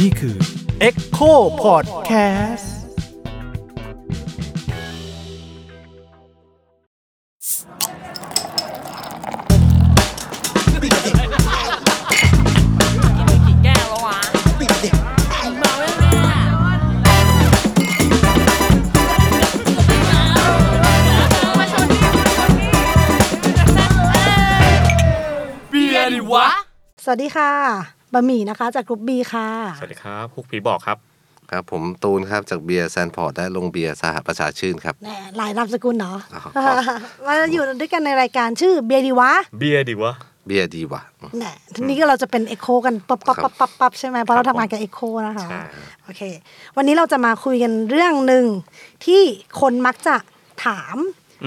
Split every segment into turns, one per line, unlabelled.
นี่คือ Echo Podcast
กี่แก้วแล้ววะเมาแล้วเนี่ยมาชนพี่มาชนพี่เบียร์ดิวะ
สวัสดีค่ะบะหมี่นะคะจากกรุ๊ปบีค่ะ
สวัสดีครับฮุกผีบอกครับ
ครับผมตูนครับจากเบียร์แซนพอร์ตและลงเบียร์สหประชาชื่นครับ
แหมหลายนามสกุลเนาะ
อ๋อ
มาอยู่ด้วยกันในรายการชื่อเบียร์ดีวะ
เบียร์ดิวะ
เบียร์ดีว่ะ
แหมทีนี้ก็เราจะเป็นเอ็กโคกันปั๊บปั๊บ
ครั
ปั๊
บบ
ปั๊บปั๊บใช่ไหมเพราะเรา
ครับ
ทำงานกับเอ็กโคนะคะ
ใช่
โอเค วันนี้เราจะมาคุยกันเรื่องหนึ่งที่คนมักจะถาม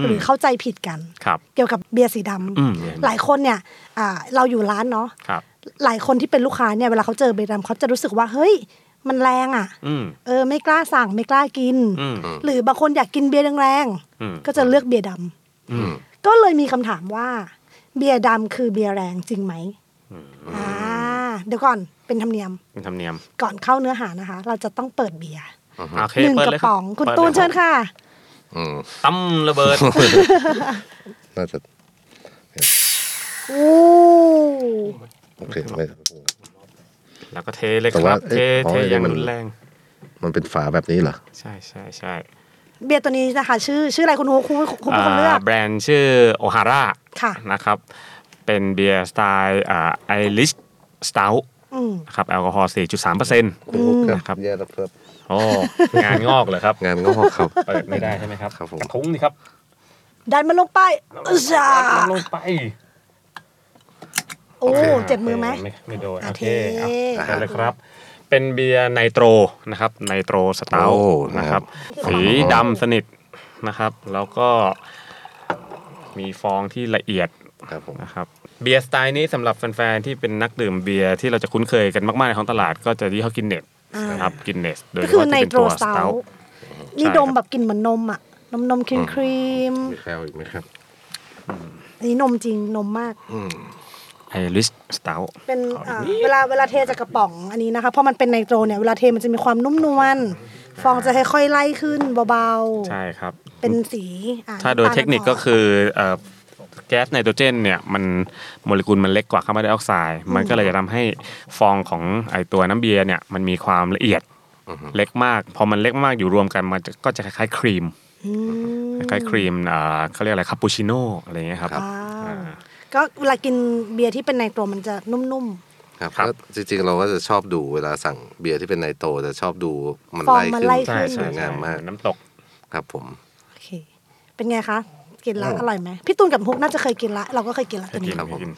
หรือเข้าใจผิดกัน
ครับ
เกี่ยวกับเบียร์สีดำ
อืมเบียร์สีดำ
หลายคนเนี่ยอ่าเราอยู่ร้านเนาะ
ครับ
หลายคนที่เป็นลูกค้าเนี่ยเวลาเขาเจอเบียร์ดำเขาจะรู้สึกว่าเฮ้ย มันแรงอ่ะ
อืม
เออไม่กล้าสั่งไม่กล้ากิน
อืม
หรือบางคนอยากกินเบียร์แรง
อืม
ๆก็จะเลือกเบียร์ด
อืม
ำก็เลยมีคำถามว่า เบียร์ดำคือเบียร์แรงจริงไหมอ่าเดี๋ยวก่อนเป็นธรรมเนียม
เป็นธรรมเนียม
ก่อนเข้าเนื้อหานะคะ เราจะต้องเปิดเบียร์
โอเค
หนึ่ง
เปิด
กระ
เลยคบ
ป๋องคุณ
ปิดลย
ตูนเชิญค่ะ
อืม
ตั้มระเบิ ด
น่าจะ
โอ้
โอเคไม่
แล้วก็เทเลยค
แต่
รั
ว่า
บ เท
เอ๊ะ
เท
อ๋อ
อย่าง
มัน
รุนแรง
มันเป็นฝาแบบนี้เหรอ
ใช่ใช่ใช่
เบียร์ตัวนี้นะคะชื่อชื่ออะไรคุณฮูคุณคุณเป็นคนเลือก
แบรนด์ชื่อโอฮาร่า
ค่ะ
นะครับ เป็นเบียร์สไตล์อ่าไอริชสตา
อืม
ครับแอลกอฮอล์4.3เปอร์เซ็นต์นะครับ
แย่แล้วครับ
โอ้งานงอกเลยครับ
งานงอกครับ
เปิดไม่ได้ใช่ไหมครับ
ครับผม
กระทุ้งนี่ครับ
ดันมันลงไปอึชา
ลงไป
โอ้เจ็บมือไหม
ไม่ไม่โดน
อ่ะ
โอเค
เท
เอาเอาเลยครับ เป็นเบียร์ไนโตรนะครับไนโตรสเตา
โอ้
นะครับสีดำสนิทนะครับ แล้วก็มีฟองที่ละเอียด
ครับผม
นะครับเบียร์สไตล์นี้สำหรับแฟนๆ ที่เป็นนักดื่มเบียร์ที่เราจะคุ้นเคยกันมากๆ ในท้องตลาดก็จะที่เขากินเนส
อ่า
นะครับกินเนสโดย
ก็
เฉ
คือ
พาะ
ไน
ที่เป็น
โตร
ตัว
ส
ส
เตา
เตา
ท์นี่
ใช่ครั
ด
บ
มแบบกินเหมือนนมอ่ะ นมนมครีมครีม
มีแคลอีกไหมครับ
อันนี้นมจริงนมมาก
ไอริชสเตา
เป็น
ขอ
อ่า
ดูนิด
เวลาเวลาเทจากกระป๋องอันนี้นะคะเพราะมันเป็นไนโตรเนี่ยเวลาเทมันจะมีความนุ่มนวลฟองจะค่อยๆไล่ขึ้นเบา
ใช่ครับ
ๆ เป็นสีอ่
ถ้าโดยเทคนิคก็คือเอ่อแก๊สไนโตรเจนเนี่ยมันโมเลกุลมันเล็กกว่าคาร์บอนไดออกไซด์มันก็เลยจะทำให้ฟองของไอตัวน้ำเบียร์เนี่ยมันมีความละเอียดเล็กมาก พอมันเล็กมากอยู่รวมกันมันจะก็จะคล้ายๆครีม
อืม
คล้ายๆครีมอ่าเขาเรียกอะไรคาปูชิโน่อะไรอย่างเงี้ยครับ
ว้าว ก็เวลากินเบียร์ที่เป็นไนโตรมันจะนุ่ม
ครับ
ครับ
ก็จริงๆเราก็จะชอบดูเวลาสั่งเบียร์ที่เป็นไนโตรจะชอบดูมัน
ฟอง
ไล่
มัน
ขึ้น
ไล่ขึ้
ส
น
ใช่ใช่
วย
ใช่
งามมาก
น้ำตก
ครับผม
ๆโอเคเป็นไงคะกินละอร่อยไหมพี่ตูนกับฮุกน่าจะเคยกินละเราก็เคยกินละ
เค
ตัวย นี้
กิน
ครับผม
กิน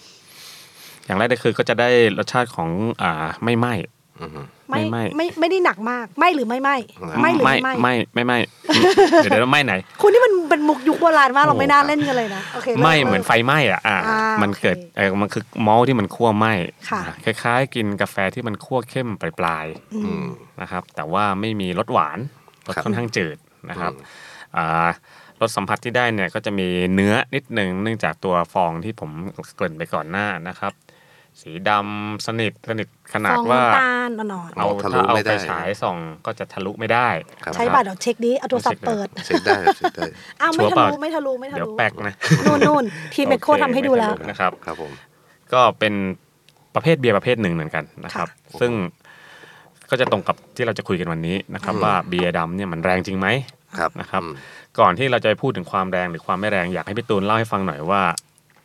อย่างแรกก็คือก็จะได้รสชาติของอ่าไม่ไหม้
อือฮึ
ไม่
ไม่
ไม่ไม่ไม่ได้หนักมาก ไม่หรือไม่ไม่ไม่หรือ
ไม่
ไม่
ไม่
ไม่
ไม่ไม่ เดี๋ยวเดี๋ยวไม่ไหน
คุณนี่มันเป็นมุกยุคโบราณมากเรา
โอ้
ไม่น่าเล่นกันเลยนะโอเค
ไหม้
ริ่
เหมือนไฟไหม้อ่ะอ่า
อ่า
มัน
โอเค
เกิดเออมันคือมอลที่มันคั่วไหม้
ค่ะ
นะคล้ายๆ กินกาแฟที่มันคั่วเข้มปลาย
อืม
ๆนะครับ แต่ว่าไม่มีรสหวานรส
ครับ
ค่อนข้างจืดนะครับ
อืม
อ่ารสสัมผัสที่ได้เนี่ยก็จะมีเนื้อนิดหนึ่งเนื่องจากตัวฟองที่ผมเกริ่นไปก่อนหน้านะครับ สีดำสนิทสนิทขนาด
ฟอง
ว่า
น้ำตาลอ่อน
อ๋
เอา
อทะลุ
ถ้าเอา
ไม่ได้
ไปฉายส่องก็จะทะลุไม่ได้
ครับ
ๆใช้บัตรเดี๋ยวเช็คดิเอาโทรศัพท์เปิด
เช็คได้ครับเช็คได้
อ้าว
ชั
ไม่
วร์
ทะ
เปล่า
ลุไม่ทะลุไม่ทะ
เดี๋ยว
ลุ
แป๊กนะ
นู่นนู่นทีมเมคโค
โอเค
ทำให้ดูแล้ว
ไม่ทะลุ นะครับ
ครับผม
ก็เป็นประเภทเบียร์ประเภทหนึ่งเหมือนกันนะครับ ซึ่งก็จะตรงกับที่เราจะคุยกันวันนี้นะครับ ว่าเบียร์ดำเนี่ยมันแรงจริงไหม
ครับ
นะครับ
อืม
ก่อนที่เราจะไปพูดถึงความแรงหรือความไม่แรงอยากให้พี่ตูนเล่าให้ฟังหน่อยว่า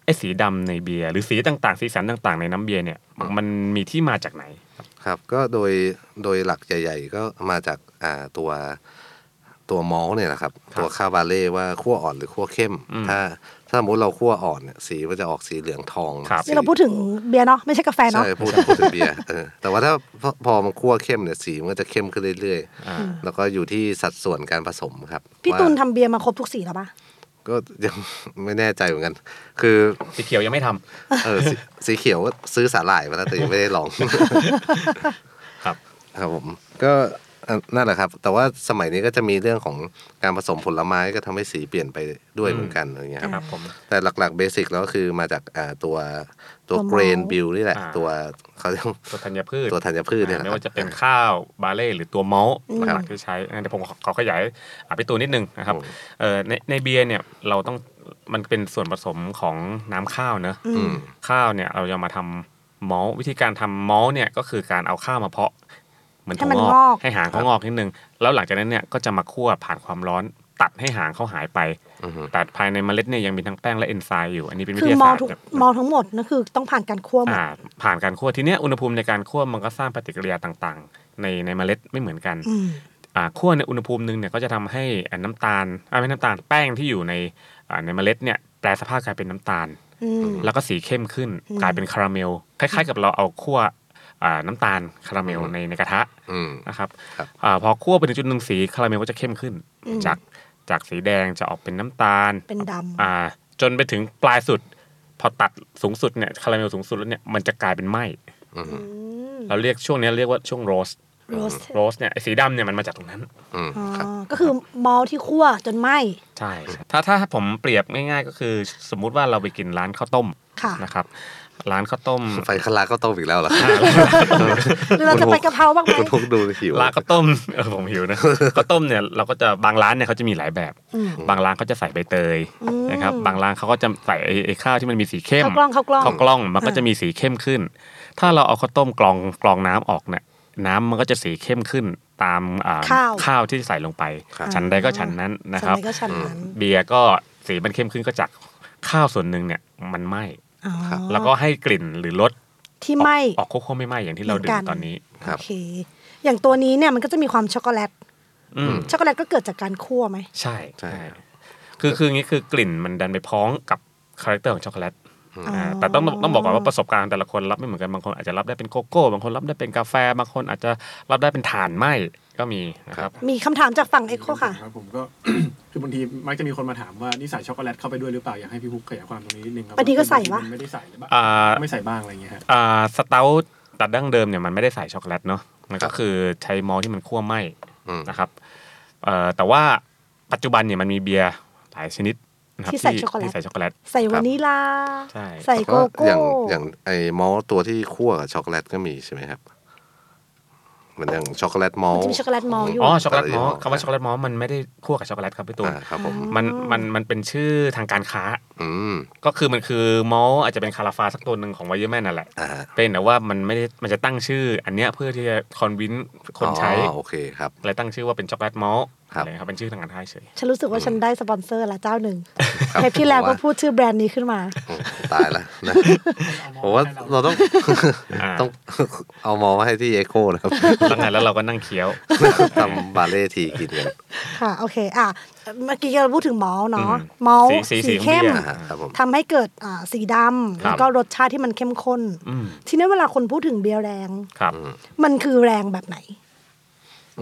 ไอ้สีดำในเบียร์หรือสีต่างๆ สีสันต่าง ๆ ในน้ำเบียร์เนี่ยมันมีที่มาจากไหนครับ
ครับก็โดยโดยหลักใหญ่ๆ ก็มาจากอ่าตัวตัวมอลต์เนี่ยแหละครับ
ครับ
ตัวคาบาเล่ว่าขั้วอ่อนหรือขั้วเข้ม
อืม
ถ้าถ้าสมมติเราขั้วอ่อนเนี่ยสีมันจะออกสีเหลืองทอง
ครับ
สี
นี่เราพูดถึงเบียร์เนาะไม่ใช่กาแฟเนาะ
ใช่พูดพูดถึงเบียร์เออแต่ว่าถ้าพอพอมันขั้วเข้มเนี่ยสีมันก็จะเข้มขึ้นเรื่อย
อ่า
ๆ แล้วก็อยู่ที่สัดส่วนการผสมครับ
พี่
ว่า
ตูนทำเบียร์มาครบทุกสีแล้วปะ
ก็ยัง ไม่แน่ใจเหมือนกัน คือ
สีเขียวยังไม่ทำ
เออสีสีเขียวก็ซื้อสาหร่ายมาแล้วแต่ยังไม่ได้ลอง
ครับ
ครับผม ก็ เอ่อนั่นแหละครับ แต่ว่าสมัยนี้ก็จะมีเรื่องของการผสมผลไม้ก็ทำให้สีเปลี่ยนไปด้วยเหมือนกันอะไรเงี้ยครับ
ครับผม
แต่หลักๆเบสิกแล้วก็คือมาจากอ่าตัวตัว
ตัว
เกรน
malt
บิลนี่แหละ
อ่า
ตัวเขาเรียก
ตัวธัญพืช
ตัวธัญพืชเนี่ย
อ่า
แหละครับ
ไม่ว่าจะเป็นข้าวบาเล่หรือตัวมอลต์
อืม
หลักๆที่ใช้อ่าเดี๋ยวผมขอขอขยายอ่ะพี่ตูนนิดนึงนะครับ
อืม
เอ่อในในเบียร์เนี่ยเราต้องมันเป็นส่วนผสมของน้ำข้าวเนอะ
อืม
ข้าวเนี่ยเราจะมาทำมอลต์วิธีการทำมอลต์เนี่ยก็คือการเอาข้าวมาเพาะเหมือน
ให้มั
ถั่ว
น
ง
ง
อ
อก
กให้หางเขางอกนิดนึง แล้วหลังจากนั้นเนี่ยก็จะมาคั่วผ่านความร้อนตัดให้หางเขาหายไป
อือฮึ
แต่ภายในเมล็ดเนี่ยยังมีทั้งแป้งและเอนไซม์อยู่ อันนี้เป็นวิ
คือย
ทาม
อ
ศาง สตร์
ทุก
แบบ
มองทั้งหมดนั่นคือต้องผ่านการคั่วหมด
อ่าผ่านการคั่วทีเนี้ยอุณหภูมิในการคั่วมันก็สร้างปฏิกิริยาต่างๆ ในในเมล็ดไม่เหมือนกัน
อืม
อ่าคั่วในอุณหภูมิหนึ่งเนี่ยก็จะทำให้อ่าน้ำตาลอ่าไม่น้ำตาลแป้งที่อยู่ในอ่าในเมล็ดเนี่ยแปลสภาพกลายเป็นน้ำตาล
อืม
แล้วก็สีเข้มขึ้น
อืม
กลายเป็นคาราเมล คล้ายๆ กับเราเอาคั่วอ่าน้ำตาลคาราเมล
อืม
ในในกระทะ
อืม
นะครับ
ครับ
อ่าพอคั่วไปถึงจุดหนึ่งสีคาราเมลก็จะเข้มขึ้น จากจากสีแดงจะออกเป็นน้ำตาล
เป็นดำ
อ่าจนไปถึงปลายสุด พอตัดสูงสุดเนี่ยคาราเมลสูงสุดแล้วเนี่ยมันจะกลายเป็นไหม
อืม
เราเรียกช่วงเนี้ยเรียกว่าช่วงโรส
โรส
โรสเนี่ยไอ้สีดำเนี่ยมันมาจากตรงนั้น
อืม
อ๋อ
ครับ
ก็คือมอลที่คั่วจนไหม
ใช่ใช่ถ้าถ้าผมเปรียบง่ายๆ ก็คือสมมุติว่าเราไปกินร้านข้าวต้ม
ค่ะ
นะครับร้านข้าวต้ม
ไฟคลาก็ต้มอีกแล้วเหรอครับ
หรือเราจะไปกะเพราบ้างไหม
คุณพุกดูหิว
ร้านข้าวต้ม เออผมหิวนะ ข้าวต้มเนี่ยเราก็จะบางร้านเนี่ยเขาจะมีหลายแบบ
อืม
บางร้านเขาจะใส่ใบเตย
อืม
นะครับบางร้านเขาก็จะใส่ไอ้ไอ้ข้าวที่มันมีสีเข้ม
ข้าวกล้องข้าวกล้อง
ข้าวกล้องมันก็จะมีสีเข้มขึ้น ถ้าเราเอาข้าวต้มกรองกรองน้ำออกเนี่ยน้ำมันก็จะสีเข้มขึ้นตามอ่
ข้าว
ข้าวที่ใส่ลงไป
ครับ
ชั้นใดก็ชั้นนั้นนะครับ
สมัยก็ฉันนั้น
เบียร์ก็สีมันเข้มขึ้นก็จากข้าวส่วนหนึ่งเนี่ยมันไหม้
อ๋อ
แล้วก็ให้กลิ่นหรือรส
ที่ไหม
ออกคั่วๆไม่ไหม้อย่างที่เราดื่
เหมื
ม
อนกัน
ตอนนี้
ครับ
โอเค อย่างตัวนี้เนี่ยมันก็จะมีความช็อกโกแลต
อืม
ช็อกโกแลตก็เกิดจากการคั่วไหม
ใช่
ใช่ครับ
คือคืออย่างงี้คือกลิ่นมันดันไปพ้องกับคาแรคเตอร์ของช็อกโกแลต
อืม
อ่าแต่ต้องต้องบอกก่อนว่าประสบการณ์แต่ละคนรับไม่เหมือนกันบางคนอาจจะรับได้เป็นโกโก้บางคนรับได้เป็นกาแฟบางคนอาจจะรับได้เป็นถ่านไหมก็มีนะครับ
มีคำถามจากฝั่งเอ็กโคค่ะ
รับผมก็ คือบางทีมักจะมีคนมาถามว่านี่ใส่ช็อกโกแลตเข้าไปด้วยหรือเปล่าอยากให้พี่พุกขยายความตรงนี้นิดนึงครับ
บางทีก็ใส่ปะ
มันไม่ได้ใส่หรือเปล่า
อ่า
ไม่ใส่บ้างอะไรอย่างเงี้ยฮะ
อ่าสเตาต์ตัดดั้งเดิมเนี่ยมันไม่ได้ใส่ช็อกโกแลตเนาะมัน
ครั
ก็
บ
คือใช้มอลต์ที่มันคั่วไหม
อืม
นะครับเอ่อแต่ว่าปัจจุบันเนี่ยมันมีเบียร์หลายชนิดนะครับ
ที่ใส่ช็อกโกแลต
ที่ใส่ช็อกโกแลต
ใส่วานิลา
ใช่
ใส่โกโก้
อย่างอย่างไอ้มอลต์ตัวที่คั่วกับช็อกโกแลตก็มีใช่ไหมครับเหมือนอย่างช็อกโกแลตมอล
มันจะมีช็อกโกแลตมอลต์อยู่
อ๋อช็อกโกแลตมอลต์คำว่าช็อก
โก
โกแลตมอลต์มันไม่ได้คั่วกับช็อกโกแลตครับพี่ตูน
ครับผม
มันมันมันเป็นชื่อทางการค้า
อืม
ก็คือมันคือมอลอาจจะเป็นคาราฟาสักตัวหนึ่งของไวเยอร์แมนนั่นแหละ
อ่า
เป็นแต่ว่ามันไม่ได้มันจะตั้งชื่อ อันเนี้ยเพื่อที่จะคอนวินคนใช้
อ๋อโอเคครับ
เลยตั้งชื่อว่าเป็นช็อกโกแลตมอล
ครับ
อะไรครับเป็นชื่อทางการค้าเฉย
ฉันรู้สึกว่าฉันได้สปอนเซอร์ละเจ้าหนึ่ง
ครับ
เทปที่แล้ว
ผม
ก็
ว่า
พูดชื่อแบรนด์นี้ขึ้นมา
อืมตายแล้ว นะผมว่าเราต้อง
อ่า
ต้อง เอามอลมาให้ที่เอโคนะครับ
ตั้งแต่แล้วเราก็นั่งเคี้ยว
ทำบาเล่ทีกินกัน
ค่ะ โอเค อ่ะ เมื่อกี้เราพูดถึงมอลต์เนาะ
อืม
มอลต์
สีสี
สี
ของ
เข้ม
เบียร์
อ่าครับผม
ทำให้เกิดอ่าสีดำ
ครับ
แล้วก็รสชาติที่มันเข้มข้น
อืม
ทีนี้เวลาคนพูดถึงเบียร์แรง
ครับ
มันคือแรงแบบไหน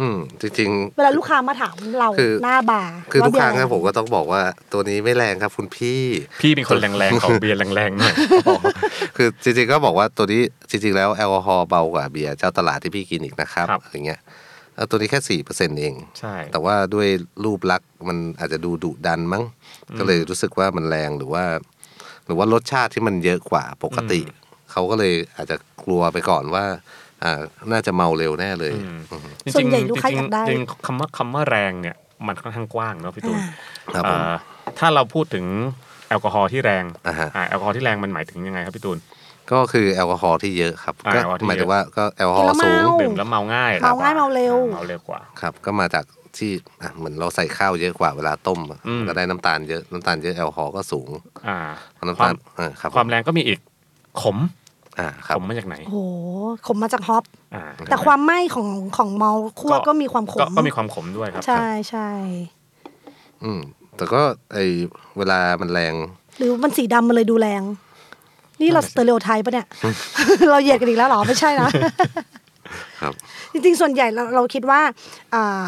อืมจริง
เวลาลูกค้ามาถามเรา
คือ
หน้าบาร์
ๆ คือทุก
ว่า
ครั้ง
เบีย
นะ
แ
ผมก็ต้องบอกว่าตัวนี้ไม่แรงครับคุณพี่
พี่เป็นคนแรงๆของเบียร์แรงๆหน่อย
คือจริงๆก็บอกว่าตัวนี้จริงๆแล้วแอลกอฮอล์เบากว่าเบียร์เจ้าตลาดที่พี่กินอีกนะครับ
ครับ
อย่างเงี้ยเอ่อตัวนี้แค่สี่เปอร์เซ็นต์เอง
ใช่
แต่ว่าด้วยรูปลักษณ์มันอาจจะดูดุดันมั้ง ก็เลยรู้สึกว่ามันแรงหรือว่า หรือว่ารสชาติที่มันเยอะกว่าปกติ เขาก็เลยอาจจะกลัวไปก่อนว่าอ่าน่าจะเมาเร็วแน่เลย
อืมจ
ส่ว
ริ
น
ง
ใหญ่ลูก
ๆ
ค้า
จ
อ
ริ
ยาง กได้
ๆจริงๆคำว่าคำว่าแรงเนี่ยมันค่อนข้างกว้างเนาะพี่ตูน
ค
อ่า
รับผม
เอ่อถ้าเราพูดถึงแอลกอฮอล์ที่แรง
อ่าฮะ
อ่าแอลกอฮอล์ที่แรงมันหมายถึงยังไงครับพี่ตูน
ก็คือแอลกอฮอล์ที่เยอะครับ
อ่า
ก็
แอลกอฮอล์ที่
หมาย
เย
ถึ
อะ
งว่าก็แอลกอฮอล์
กินแล้ว
สูง
เมา
ดื่มแล้วเมาง่าย
เมาง่าย
อ่
เมาเร็ว
เมาเร็วกว่า
ครับก็มาจากที่อ่ะเหมือนเราใส่ข้าวเยอะกว่าเวลาต้มอะ
อืม
ก็ได้น้ำตาลเยอะน้ำตาลเยอะแอลกอฮอล์ก็สูง
อ่า
น้ำ
ควา
ตาม ลเออครับ
ความแรงก็มีอีกขม
อ่าค
ข
รับ
มมาจากไหน
โอ้โหขมมาจากฮอป
อ่า
แต่ความไหม้ของของเมาคั่วก็มีความข
ก็
ม
ก็มีความขมด้วยครับ
ใช่ใช่
อืมแต่ก็ไอเวลามันแรง
หรือมันสีดำมันเลยดูแรง นี่เราสเตอริโอไทป์ปะเนี่ย เราเหยียดกันอีกแล้วเหรอ ไม่ใช่นะ
ครับ
จริงๆ ส่วนใหญ่เราเราคิดว่าอ่า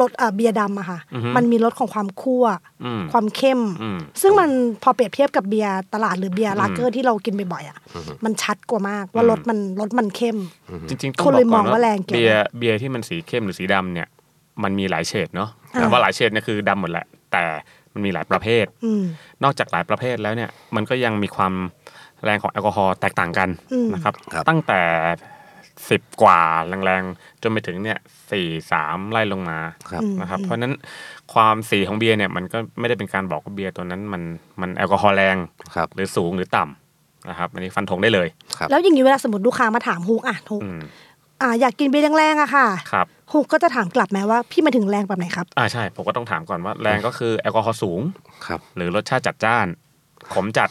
รสเอ่อเบียร์ดำอะค่ะ
อือฮึ
มันมีรสของความคั่ว
อืม
ความเข้ม
อืม
ซึ่งมันพอเปรียบเทียบกับเบียร์ตลาดหรือเบียร์ลาเกอ
อื
ร์
ม
ที่เรากินบ่อยๆอ่ะ มันชัดกว่ามากว่า
อืม
รสมันรสมันเข้ม
จริงๆต้อง
คน
บ
เล
อย กก่อน
มองว่า
ว่า
แรงเกิน
เบียร์เบียร์ที่มันสีเข้มหรือสีดำเนี่ย มันมีหลายเฉดเนาะ
อ่า
แต่ว่าหลายเฉดเนี่ยคือดำหมดแหละ แต่มันมีหลายประเภท
อืม
นอกจากหลายประเภทแล้วเนี่ยมันก็ยังมีความแรงของแอลกอฮอล์แตกต่างกัน
อืม
นะครับ
ครับ
ตั้งแต่สิบกว่าแรงๆจนไปถึงเนี่ยสี่สามไล่ลงมา
ครับ
นะครับ เพราะฉะนั้นความสีของเบียร์เนี่ยมันก็ไม่ได้เป็นการบอกว่าเบียร์ตัวนั้นมันมันแอลกอฮอล์แรง
ครับ
หรือสูงหรือต่ำนะครับอันนี้ฟันธงได้เลย
ครับ
แล้วอย่างนี้เวลาสมมติลูกค้ามาถามฮุกอ่ะฮุก
อืม
อ่าอยากกินเบียร์แรงๆอะค่ะ
ครับ
ฮุกก็จะถามกลับไหมว่าพี่มาถึงแรงแบบไหนครับ
อ่าใช่ ผมก็ต้องถามก่อนว่าแรงก็คือแอลกอฮอล์สูง
ครับ
หรือรสชาติจัดจ้าน ขม จัด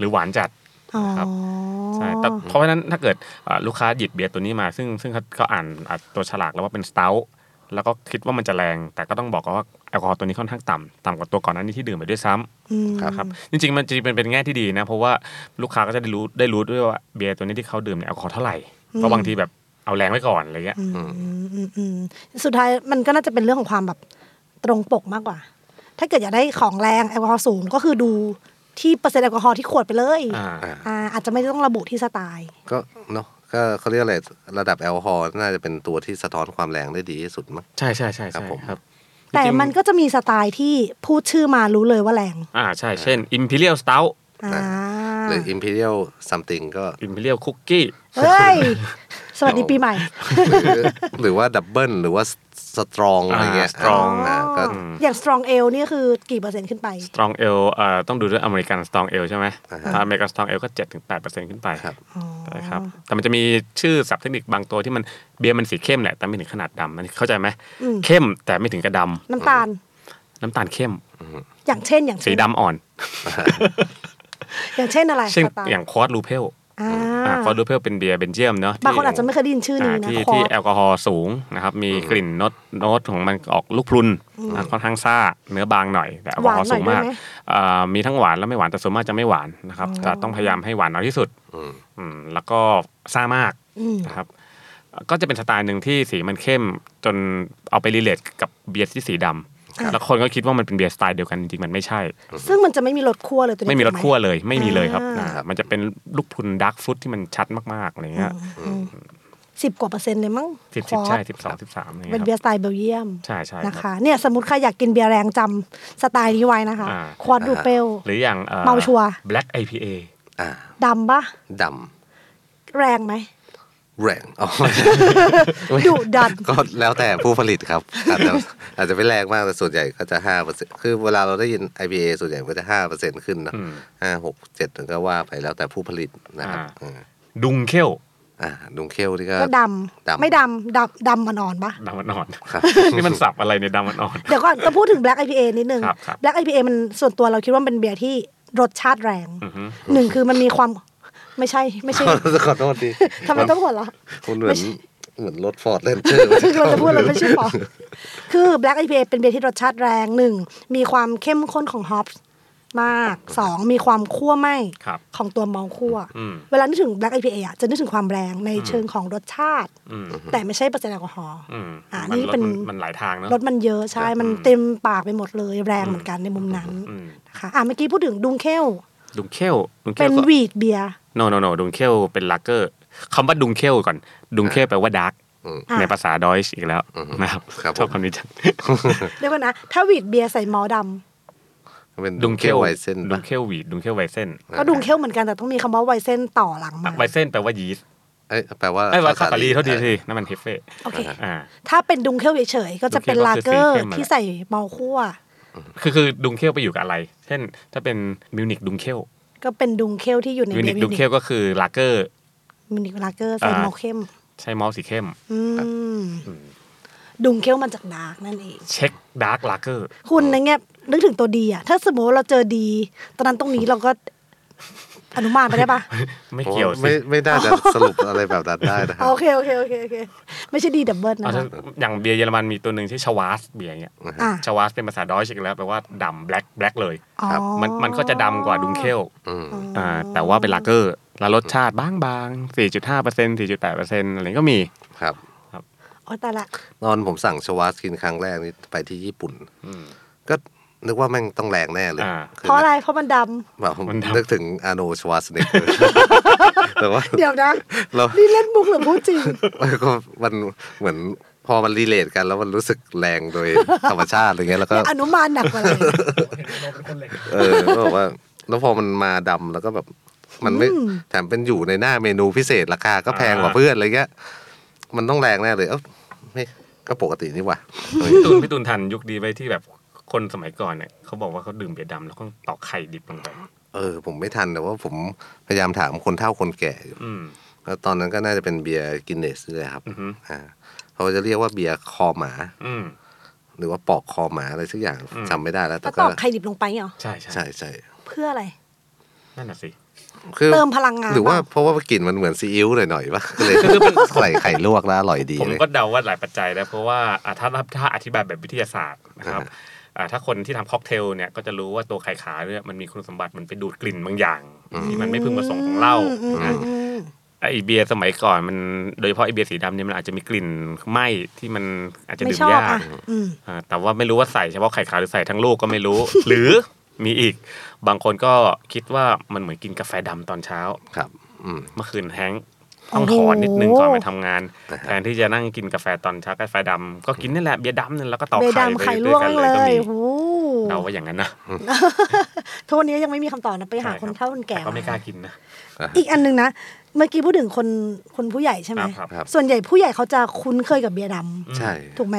หรือหวานจัด
อ๋อ
ครับ ใช่แต่เพราะฉะนั้นถ้าเกิดอ่าลูกค้าหยิบเบียร์ตัวนี้มา ซึ่งซึ่งเขาเขาอ่านอ่านตัวฉลากแล้วว่าเป็นสเต u ท์แล้วก็คิดว่ามันจะแรง แต่ก็ต้องบอกก่อนว่าแอลกอฮอล์ตัวนี้ค่อนข้างต่ำต่ำกว่าตัวก่อนหน้านี้ที่ดื่มไปด้วยซ้ำนะครับจริงๆมันจะเป็นเป็นแง่ที่ดีนะ เพราะว่าลูกค้าก็จะได้รู้ได้รู้ด้วยว่าเบียร์ตัวนี้ที่เขาดื่มเนี่ยแอลกอฮอล์เท่าไหร่เพราะบางทีแบบเอาแรงไว้ก่อนอะไรเงี้ย
อืมอืมอืมสุดท้ายมันก็น่าจะเป็นเรื่องของความแบบตรงปกมากกว่า ถ้าเกิดอยากได้ของแรงแอลกอฮอล์สูงก็คือดูที่เปอร์เซ็นต์แอลกอฮอล์ที่ขวดไปเลย
อ่า
อ่าอาจจะไม่ต้องระบุที่สไตล์
ก็เนาะก็เขาเรียกอะไรระดับแอลกอฮอล์น่าจะเป็นตัวที่สะท้อนความแรงได้ดีที่สุดมั้ง
ใช่ใช่ใช่
ครั
ใช่
บผม
ครับ
แต่
จริงๆ
มันก็จะมีสไตล์ที่พูดชื่อมารู้เลยว่าแรง
อ่าใช่เช่น Imperial Stout
อ่า
หรือ Imperial something ก็
Imperial Cookie
เฮ้ย สวัสดีปีใหม่
หรือ หรือว่าดับเบิลหรือว่าสตรองอะไรเงี้ย
อ่า strong
อ่าก็
อย่าง strong ale นี่คือกี่เปอร์เซ็นต์ขึ้นไป
Strong Ale เอ่อต้องดูด้วยอเมริกัน Strong Ale ใช่ไหมถ้าอเมริกัน Strong Ale ก็7-8%ถึงขึ้นไป
ครับ
ใช่ครับแต่มันจะมีชื่อศัพท์เทคนิคบางตัวที่มันเบียร์มันสีเข้มแหละแต่ไม่ถึงขนาดดำอันนี้เข้าใจไหมเข้มแต่ไม่ถึงกระด
น้ำตาล
ำน้ำตาลเข้ม
อย่างเช่นอย่าง
สี
เช่น
ดำอ่อน
อย่างเช่นอะไร
เช่น
สไตล์
อย่างคอร์สลูเพล
อ่า
คอร์สลูเพลเป็นเบียร์เบนเจียมเนาะ
บางคนอาจจะไม่เคยได้ยินชื่อนี้
อ่า
นะ
ที่
คอ
ที่
ร์ส
แอลกอฮอล์สูงนะครับมีกลิ่นโน้ตโน้ตของมันออกลูกพลุนนะค่อนข้างซ่าเนื้อบางหน่อย แต่แอลกอฮอล์สูงมากอ่ามีทั้งหวานและไม่หวานแต่ส่วนมากจะไม่หวานนะครับแต่ต้องพยายามให้หวานน้อยที่สุดอืมแล้วก็ซ่ามาก
อืม
นะครับก็จะเป็นสไตล์หนึ่งที่สีมันเข้มจนเอาไปรีเลทกับเบียร์ที่สีดำ
ครับ
แล้วคนก็คิดว่ามันเป็นเบียร์สไตล์เดียวกันจริงๆมันไม่ใช่
ซึ่งมันจะไม่มีรสคั่วเลยตัวนี้
ไม่มีรส
ถูกห
คั่วเลยไม่มีเลยครับ
อ่า
อ่ามันจะเป็นลูกพรุนดาร์กฟุตที่มันชัดมากๆอะไรเงี้ย
สิบกว่าเปอร์เซ็นต์เลยมั้ง
สิบ
ค
สิ
อ
บ
ร์ส
ใช่สิบสองสิบสามอะไร
เป็
เงี้
น
ย
เบี
ค
ย
รับ
ร์สไตล์เบลเยียม
ใช่ใช่
นะ
ครั
คะ
บ
เนี่ยสมมติใครอยากกินเบียร์แรงจำสไตล์นี้ไว้นะคะ
อ่า
ควอดรูเปล
หรืออย่างเอ่อ
เมาชัวร์
black IPA
อ่า
ดำปะ
ด
แรงไหม
ำแรงอ๋อ
ดุดัน
ก็แล้วแต่ผู้ผลิตครับ อาจจะอาจจะไม่แรงมากแต่ส่วนใหญ่ก็จะห้าเปอร์เซ็นคือเวลาเราได้ยิน IPA ส่วนใหญ่ก็จะห้าเปอร์เซ็นขึ้นนะ
อืม
ห้าหกเจ็ดถึงก็ว่าไปแล้วแต่ผู้ผลิตนะครับ
อ่า
เออ
ดุงเข้ยว
อ่าดุงเข้ยวนี่ก็
ก็
ด
ด
ำ
ำไม่ดำดำดำอ่อนๆปะ
ดำมันอ่อน
ครับ
นี่มันสับอะไรในยดำมันอ่อน
เดี๋ยวก่อนจะพูดถึง Black IPA นิดนึง
ครับครับ
Black IPA มันส่วนตัวเราคิดว่ามันเป็นเบียร์ที่รสชาติแรง
อือฮึ
หนึ่งคือมันมีความไม่ใช่ไม่ใช่
ขอโทษดี
ทำไมต้องหัวเราะ
คุณเหมือนเหมือนรถฟอร์ดเลนเจอ
เราจะพู ดเราไม่ใช่ปอกคือ Black IPA เป็นเบียร์ที่รสชาติแรงหนึ่ง มีความเข้มข้นของฮอปส์ม ากสองมีความคั่วไหม
ครับ
ของตัวเมอลคั่ว
อืม
เวลานึกถึง Black IPA อ่ะจะนึกถึงความแรงในเชิงของรสชาติ
อืม
แต่ไม่ใช่เปอร์เซ็นต์แอลกอฮอล์
อืม
อ่า
มั
นี่เป็น
รสมันหลายทางเนาะ
รสมันเยอะใช่ มันเต็มปากไปหมดเลย แรงเหมือนกันในมุมนั้น
อืม
นะคะอ่ะเมื่อกี้พูดถึงดุงเคล
ดุงเข้ยวดุง
เป็
เข้ย
น
วก็
วีดเบียร์
โนโนโนดุงเคลเป็นลักเกอร์คำว่าดุงเคลก่อน ดุงเคลแปลว่าดาร์ก
อืม
ในภาษาดอยช์อีกแล้ว
อืม
นะครับ
ครับผม
ชอบคำนี้ จัง
เดี๋ยวก่อนนะ ถ้าวีดเบียร์ใส่มอลด
เป็น
ดุงเคล
ไวเซน
ดุงเคลวีดดุงเคลไวเส้น
ำก็ดุงเคลเหมือนกันแต่ต้องมีคำว่าไวเส้นต่อหลังมา
ไวเส้นแปลว่ายีสต์
เอ้ยแปลว่า
ไอ้ยว่าคาตาลีเท่าที
อ่
ทีนั่นมันเฮฟเฟ่
โอเค
อ่า
ถ้าเป็นดุงเคลเฉยๆก็จะเป็น
ดุงเคล
ลาเกอร์
ก็คือสีเข้มอะ
ที่ใส่เมาคั่ว
คือคือดุงเคลไปอยู่กับอะไร เช่น ถ้าเป็นมิวนิกดุงเคล
ก็เป็นดุงเคลที่อยู่ใน
มิว
เบี
นิ
ย
ก
ร์
ดุงเคลก็คือลักเกอร์
มิวนิกลาเกอร์ใส่
อ่า
เมาเข้ม
ใช้มอลสีเข้ม
อืมดุงเคลมันจากดาร์กนั่นเอง
เช็คดาร์กลักเกอร์
คุณในเงี้ยนึกถึงตัวดีอ่ะ ถ้าสมมติว่าเราเจอดี ตอนนั้นตรงนี้เราก็อนุมานไปได้ปะ
ไม่
โอ้
เกี่ยวสิ
ไม่ไม่น่าจะสรุปอะไรแบบนั้นได้นะครั
โอเคโอเคโอเคโอเค ไม่ใช่ดีดับเบิล
เอา
นะ
ถ้า
คะ
อย่างเบียร์เยอรมันมีตัวหนึ่งที่ชวาสเบียร์เงี้ย
อ่ะ
ชวาสเป็นภาษาดอยช์อีกแล้วแปลว่าดำแบล็กแบล็กเลย
อ๋อ
มันมันก็จะดำกว่าดุงเคล
อืม
อ่าแต่ว่าเป็นลาเกอร์แล้วรสชาติบางๆ4.5% 4.8%อะไรก็มี
ครับ
โอ้ยแต่ละ
ตอนผมสั่งชวาสกินครั้งแรกนี่ไปที่ญี่ปุ่นก็นึกว่าแม่งต้องแรงแน่เลย
อ่า
คื
เพราะอะไร เพราะมันดำ
แบบผม
มันทำ
นึกถึงอาโนชวาสเนกเก อร์ แต่ว่า
เดี๋ยวนะ
เรา
นี่เล่นมุกหรือพูดจริง
แล้วก็มันเหมือนพอมันรีเลทกัน แล้วมันรู้สึกแรงโดยธรรมชาติอะไรเงี้ยแล้วก็
อนุมานหนักกว่าเลย
เออก็บอกว่า แล้วพอมันมาดำแล้วก็แบบ มันไม่แถมเป็นอยู่ในหน้าเมนูพิเศษราคาก็แพงกว่าเพื่อนอะไรเงี้ยมันต้องแรงแน่เลยเอ้าไม่ก็ปกตินี่หว่า
พี่ ตุนพี่ตุนทันยุคดีไปที่แบบคนสมัยก่อนเนี่ยเขาบอกว่าเขาดื่มเบียร์ดำแล้วก็ตอกไข่ดิบลงไป
เออ ผมไม่ทันแต่ว่าผมพยายามถามคนเฒ่าคนแก่อยู่
อืม
แล้วตอนนั้นก็น่าจะเป็นเบียร์กินเนสเลยครับ
อือฮึ
อ่าเขาจะเรียกว่าเบียร์คอหมา
อืม
หรือว่าปอกคอหมาอะไรสักอย่าง
อืม
จำไม่ได้แล้ว แต่
แล้วต
ก็
อกไข่ดิบลงไปเหรอ
ใช่ใช่
ใช่ใช่
เพื่ออะไร
นั่นน่ะสิ
คือ
เติมพลังงาน
หรือว่า
เปล่
เพราะว่ากลิ่นมันเหมือนซีอิ๊วหน่อยๆป่ะก็เลย ใส่ไข่ลวกแล้วอร่อยดี
ผม
เลย
ก็เดาว่าหลายปัจจัยนะเพราะว่าอ่ะถ้าถ้าอธิบายแบบวิทยาศาสตร์นะครับอ่ะถ้าคนที่ทำค็อกเทลเนี่ยก็จะรู้ว่าตัวไข่ขาวเนี่ยมันมีคุณสมบัติมันไปดูดกลิ่นบางอย่างที่มันไม่พึงประสงค์ของเหล้านะ
อืม
ไอเบียร์สมัยก่อนมันโดยเฉพาะไอเบียร์สีดำเนี่ยมันอาจจะมีกลิ่นไหม้ที่มันอาจจะ
ไม่
ดื่ม
ชอบ
ยาก
อ่ะอืม
อ่าแต่ว่าไม่รู้ว่าใส่เฉพาะไข่ขาวหรือใส่ทั้งลูกก็ไม่รู้ หรือมีอีก บางคนก็คิดว่ามันเหมือนกินกาแฟดำตอนเช้า
ครับ อืม
เมื่อคืนแฮงก์ต้องถอนนิดนึง
โอ้โห
ก่อนไปทำงาน แทนที่จะนั่งกินกาแฟตอนเช้ากาแฟดำก็กินนี่แหละเบียร์ดำนี่นแล้วก็ตอก
เบ
ไข่
ดำ
ไป
ไข่ล
ด้ว
วย ก
กันเล
เลย
ก็
ย
มี
โอ้โห
เราว่าอย่างนั้นนะ
ทุกวันนี้ยังไม่มีคำตอบนะไปหาคนเฒ่าคนแก่
ต่ก็ไม่กล้ากินนะ
อีกอันหนึงนะ เมื่อกี้พูดถึงคนคนผู้ใหญ่ใช่ไหม
ครับ
ครับ
ส่วนใหญ่ผู้ใหญ่เขาจะคุ้นเคยกับเบียร์ด
ใช่
ำถูกไหม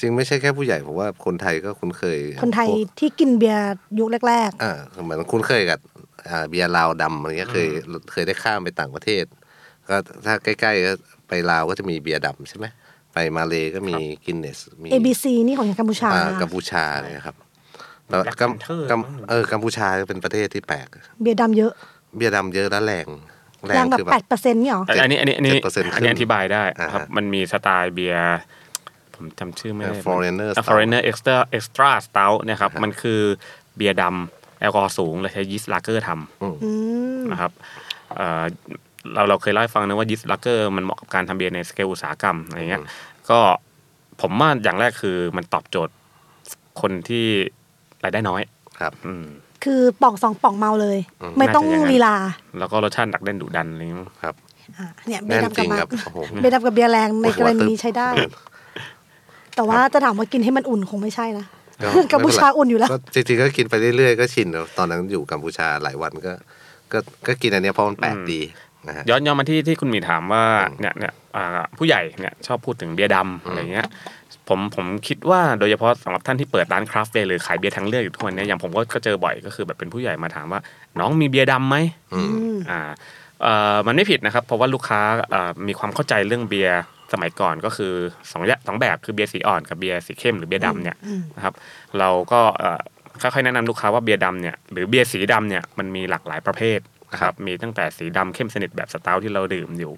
จริงไม่ใช่แค่ผู้ใหญ่ผมว่าคนไทยก็คุ้นเคย
คนไทย
พวก
ที่กินเบียร์ยุคแรก
อ่าเหมือนคุ้นเคยกับอ่าเบียร์ลาวดำอะไรเงี้ยเคยเคยได้ข้ามไปต่างประเทศ ก็ถ้าใกล้ๆก็ไปลาวก็จะมีเบียร์ดำใช่ไหมไปมาเลก็มีกินเนสมี
ๆ ABC นี่ของกัมพูชา
อ่ากัมพูชาเนี่ยครับแล้ว
Black
กัม
Panther
กัม
มั้ง
เออกัมพูชาเป็นประเทศที่แปลก
เบียร์ดำเยอะ
เบียร์ดำเยอะและแรงแร
แรง งแบบ
คือแบ
แปด
บ
เปอร์เซ็นต์เนี่ยหรอ
อันนี้อันนี้อันนี้
7%
อันนี้อธิบายได้
อ่าฮะ
ครับ มันมีสไตล์เบียร์ผมจำชื่อไม่ได้
Foreigner Stout
foreigner extra extra stout เนะครับ มันคือเบียร์ดำแอลกอฮอล์สูงและใช้ยีสต์ลาเกอร์ทำนะครับเอ่อเราเราเคยเล่าให้ฟังนะว่ายีสต์ลาเกอร์มันเหมาะกับการทำเบียร์ในสเกลอุตสาหกรรมอะไรเงี้ยก็ผมว่าอย่างแรกคือมันตอบโจทย์คนที่รายได้น้อย
ครับ
อืม
คือป่องสองป่องเมาเลย ไม่ต้อง
น่าจะอย่างนั้น
ลีลา
แล้วก็รสชาติหนักเด่นดุดันอะไรเงี้ย
ครับ
อ่ะเนี่ยเบีย
แน่
ร์
น
ดำ
จ
กับ
ริง
มา
ครับโอ้โห
เบียร์ดำกับเบียร์แรงในกรณีนี้ใช้ได้
ครับ
แต่ว่าจะถามว่ากินให้มันอุ่นคงไม่ใช่นะ
ก็
กัมพูชา
ไเป็ไร
อุ่นอยู่แล้ว
ก็จริงๆก็กินไปเรื่อยๆก็ชินแล้วตอนนั้นอยู่กัมพูชาหลายวันก็ ก็ก็กินอันเนี้ยเพราะมันแปลกดีนะฮะ
ย้อนย้อนมาที่ที่คุณหมีถามว่าเนี่ยเนี่ยอ่าผู้ใหญ่เนี่ยชอบพูดถึงเบียร์ดำอะไรเงี้ยผมผมคิดว่าโดยเฉพาะสำหรับท่านที่เปิดร้านคราฟต์เบียร์หรือขายเบียร์ทางเลือกอยู่ทุกวันเนี้อย่างผมก็ก็เจอบ่อยก็คือแบบเป็นผู้ใหญ่มาถามว่า น้องมีเบียร์ดำไหมอ่าเอ่อมันไม่ผิดนะครับ เพราะว่าลูกค้าเอ่อมีความเข้าใจเรื่องเบียร์สมัยก่อนก็คือสองอย่างสองแบบคือเบียร์สีอ่อนกับเบียร์สีเข้มหรือเบียร์ดำเนี่ยนะครับเราก็เอ่อค่อยๆแนะนำลูกค้าว่าเบียร์ดำเนี่ยหรือเบียร์สีดำเนี่ยมันมีหลากหลายประเภท นะครับมีตั้งแต่สีดำเข้มสนิทแบบสเตาที่เราดื่มอยู่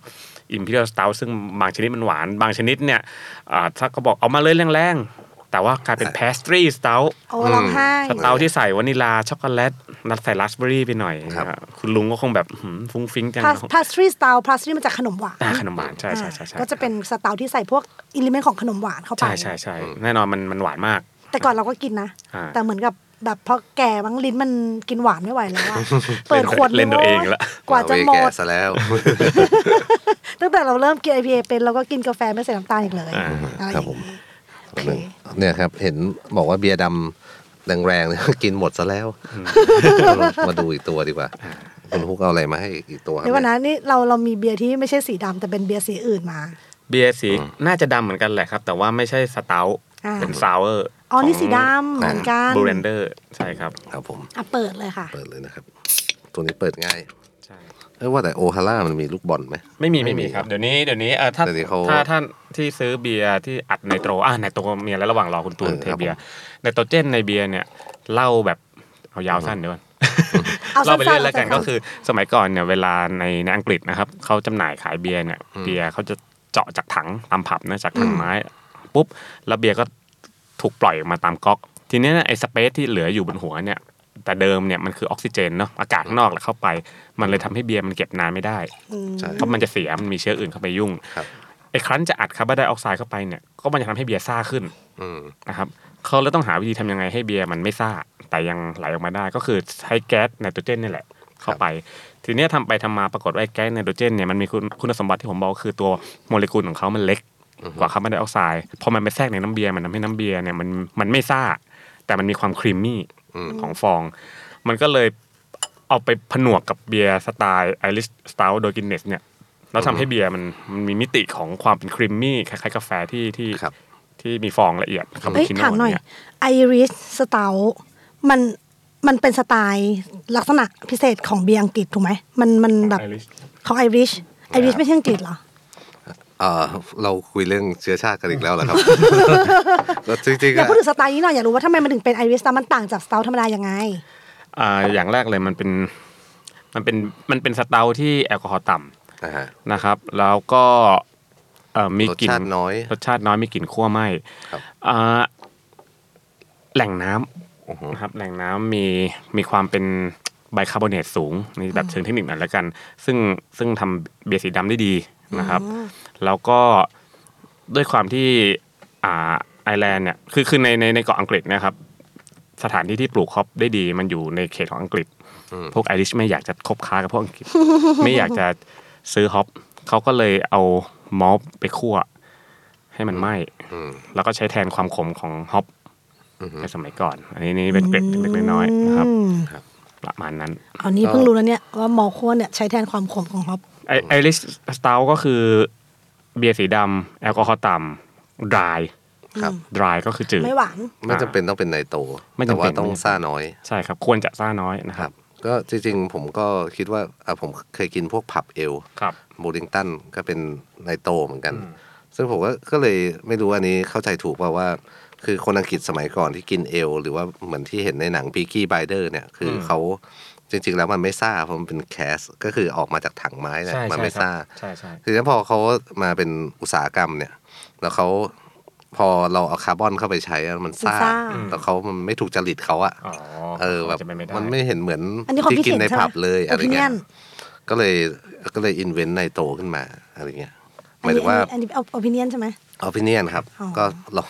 อิมพีเรียลสเตาซึ่งบางชนิดมันหวาน บางชนิดเนี่ยอ่าถ้าก็บอกเอามาเลยแรงๆ แต่ว่ากลายเป็นพาสตรีสเตา
โอ้ร้องไห้
สเตาที่ใส่วานิลา ช็อกโกแลตนัดใส่ราสเบอร์รี่ไปหน่อย
ครับ
นะคุณลุงก็คงแบบหืมฟุ้งฟิ้งจัง
พาสตรีสตาพาสตรีมันจะขนมหวาน
อ่าขนมหวานใช่ใช่ใช่ใช่
อ่าก็จะเป็นสไตล์ที่ใส่พวกอิเลเมนต์ของขนมหวานเข้าไป
ใช่ใช่ใช่แน่นอนมันมันหวานมาก
แต่ก่อนเราก็กินนะ
อ่า
แต่เหมือนกับแบบพอแก่บางลิ้นมันกินหวานไม่ไหวแล้วอะ เปิดขวด
เล่นตัวเองละ
กว่าจะหม
เอเวแก่
ด
ซะแล้ว
ตั้งแต่เราเริ่มกิน IPA เป็นเราก็กินกาแฟไม่ใส่น้ำตาลอีกเลย
อ่า
อะไรอ
ครับ
ย่าง
ผม
นี้โอเค
เนี่ยครับ เห็นบอกว่าเบียร์ดำแรงๆ เนี่ย กินหมดซะแล้ว มาดูอีกตัวดีกว่า คุณฮุกเอาอะไรมาให้อีกตัวครับ
เดี๋ยวก่อนนะนี่เราเรามีเบียร์ที่ไม่ใช่สีดำแต่เป็นเบียร์สีอื่นมา
เบียร์สีน่าจะดำเหมือนกันแหละครับ แต่ว่าไม่ใช่สเตา
อ่า
เป็นซาวเวอร์
อ๋อนี่สีดำเหมือนกัน
บูเรนเดอร์ใช่ครับ
ครับผม
อ่ะเปิดเลยค่ะ
เปิดเลยนะครับ ตัวนี้เปิดง่าย
ใช่
เอ้ยว่าแต่โอฮาร่ามันมีลูกบอลไหม
ไม่มี
ไม่
ไม่
มี
มีครับเดี๋ยวนี้เดี๋ยวนี้เออถ้า
เดี๋ยวนี้เขา
ถ้าท่านที่ซื้อเบียร์ที่อัดไนโตรอ่าไนโตรมีแล้วระหว่างรอคุณตูน
เออ
เท
ครับ
เบียร์ไนโตรเจนในเบียร์เนี่ยเหล้าแบบเอายาวสั้นเดี๋ยวก่อน
เอาสั้นๆ
เล่าไปเรื่อยแล้วกัน
เอาสั้นๆ
ก็คือสมัยก่อนเนี่ยเวลาในในอังกฤษนะครับเขาจำหน่ายขายเบียร์เนี่ยเบียร์เขาจะเจาะจากถังตามผับนะจากถังไม้ปุ๊บแล้วเบียร์ก็ถูกปล่อยออกมาตามก๊อก ทีเนี้ยเนี่ยไอ้สเปซที่เหลืออยู่บนหัวเนี่ย แต่เดิมเนี่ยมันคือออกซิเจนเนาะอากาศข้างนอกแหละเข้าไป มันเลยทำให้เบียร์มันเก็บนานไม่ได้
อืม
ใช่
เพราะมันจะเสียมันมีเชื้ออื่นเข้าไปยุ่ง
ครับ
ไอ้ครั้นจะอัดคาร์บอนไดออกไซด์เข้าไปเนี่ยก็มันจะทำให้เบียร์ซ่าขึ้น
อืม
นะครับเขาเลยต้องหาวิธีทำยังไงให้เบียร์มันไม่ซ่า แต่ยังไหลออกมาได้ก็คือใช้แก๊สไนโตรเจนนี่แหละเข้าไป ทีเนี้ยทำไปทำมาปรากฏว่าไอ้แก๊สไนโตรเจนเนี่ยมันมีคุณคุณสมบัติที่ผมบอกคือตัวโมเลกุลของเขามันเล็กกว่าคาร์บอนไดออกไซด์พอมันไปแทรกในน้ำเบียร์มันทำให้น้ำเบียร์เนี่ยมันมันไม่ซ่า แต่มันมีความครีมมี่ของฟอง มันก็เลยเอาไปผนวกกับเบียร์สไตล์ไอริสสตาลโดยกินเนสเนี่ยแล้วทำให้เบียร์มันมันมีมิติของความเป็นครีมมี่คล้ายๆกาแฟที่ที่
ครับ
ที่มีฟองละเอียดคาปู
เอ้ย
ชิ
ถามห
โน่
น่อย
เนี่ย
ไอริสสเตามันมันเป็นสไตล์ลักษณะพิเศษของเบียร์อังกฤษถูกไหมมันมันแบบ
ไอริส
ของไอริชไอริชไม่ใช่อังกฤษเหรอ
เออเราคุยเรื่องเชื้อชาติกันอีกแล้วเหรอครับ ก็จริงๆ
อย่า
อะ
พูดถึงสไตล์นี้หน่อยอยากรู้ว่าทำไมมันถึงเป็นไอริสนะมันต่างจากสเตาธรรมดายังไง
อ่าอย่างแรกเลยมันเป็นมันเป็นมันเป็นสเตาที่แอลกอฮอล์ต่ำ
นะฮะ
นะครับแล้วก็เอ่อมีกลิ่
ร
น
สชาติน้อย
รสชาติน้อยมีกลิ่นขั้วไหม
ครับ
อ่าแหล่งน้
อือฮึ
ำนะครับแหล่งน้ำมีมีความเป็นไบคาร์บอเนตสูงในแบบเชิงเทคนิคหน่อยละกัน ซึ่งซึ่งทำเบียร์สีดำได้ดีนะครับ แล้วก็ด้วยความที่อ่าไอร์แลนด์เนี่ยคือคือในในในเกาะอังกฤษเนะครับ สถานที่ที่ปลูกครอปได้ดี มันอยู่ในเขตของอังกฤษ พวกไอริชไม่อยากจะคบค้ากับพวกอังกฤษ ไม่อยากจะซื้อฮอปเขาก็เลยเอามอลต์ไปคั่ว ให้มันไหม้
อืม
แล้วก็ใช้แทนความขมของฮอปในสมัยก่อน อันนี้นี่เป็นเกร็ดเล็กๆน้อยๆนะครับ
อืม
ประมาณนั้น
เอานี่เพิ่งรู้แล้วเนี่ยว่ามอลคั่วเนี่ยใช้แทนความขมของฮอป
ไอไอริชสตาก็คือเบียร์สีดำแอลกอฮอล์ต่ำดราย
ครับ
ดรายก็คือจืด
ไม่หวาน
ไม่จำเป็นต้องเป็นไนโตร
ไม่จำเป็น
แต่ว่าต้อง
ไม่จำเป็น
ซ่าน้อย
ใช่ครับ ควรจะซ่าน้อยนะ
ค
ค
รั
รั
บบ ก็จริงๆผมก็คิดว่าอ่ะผมเคยกินพวกผับเอล
ครับ
โบลิงตันก็เป็นไนโตรเหมือนกัน ซึ่งผมก็ก็เลยไม่รู้อันนี้เข้าใจถูกเปล่าว่า คือคนอังกฤษสมัยก่อนที่กินเอลหรือว่าเหมือนที่เห็นในหนังพีกี้ไบเดอร์เนี่ย คืออเขาจริงๆแล้วมันไม่ซ่าเพราะมันเป็นแคสก็คือออกมาจากถังไม้เนี่ย
ใช่
มัน
ใช่
ไม่
ครับ
ซ่า
ใช่ใช่
ทีนี้พอเขามาเป็นอุตสาหกรรมเนี่ย แล้วเขาพอเราเอาคาร์บอนเข้าไปใช้อะมันซ่า
มันซ่า
แต่เขามันไม่ถูกจริตเขาอะ
อ๋อ
เออแบบ
จะเป็นไม่ได้
มันไม่เห็นเหมือน
อันนี้ความคิด
ที่กิ
เห็น
ใน
ใช่ไหม
ผับเลยอะไรเงี้ย
Opinion
ก็เลยก็เลยอินเวนต์ในโตขึ้นมาอะไรเงี้ยหมายถึงว่า
อันนี้เอาโอปิเนียนใช่ไหม
อภิเนียนครับ
อ๋อ
ก็ลอง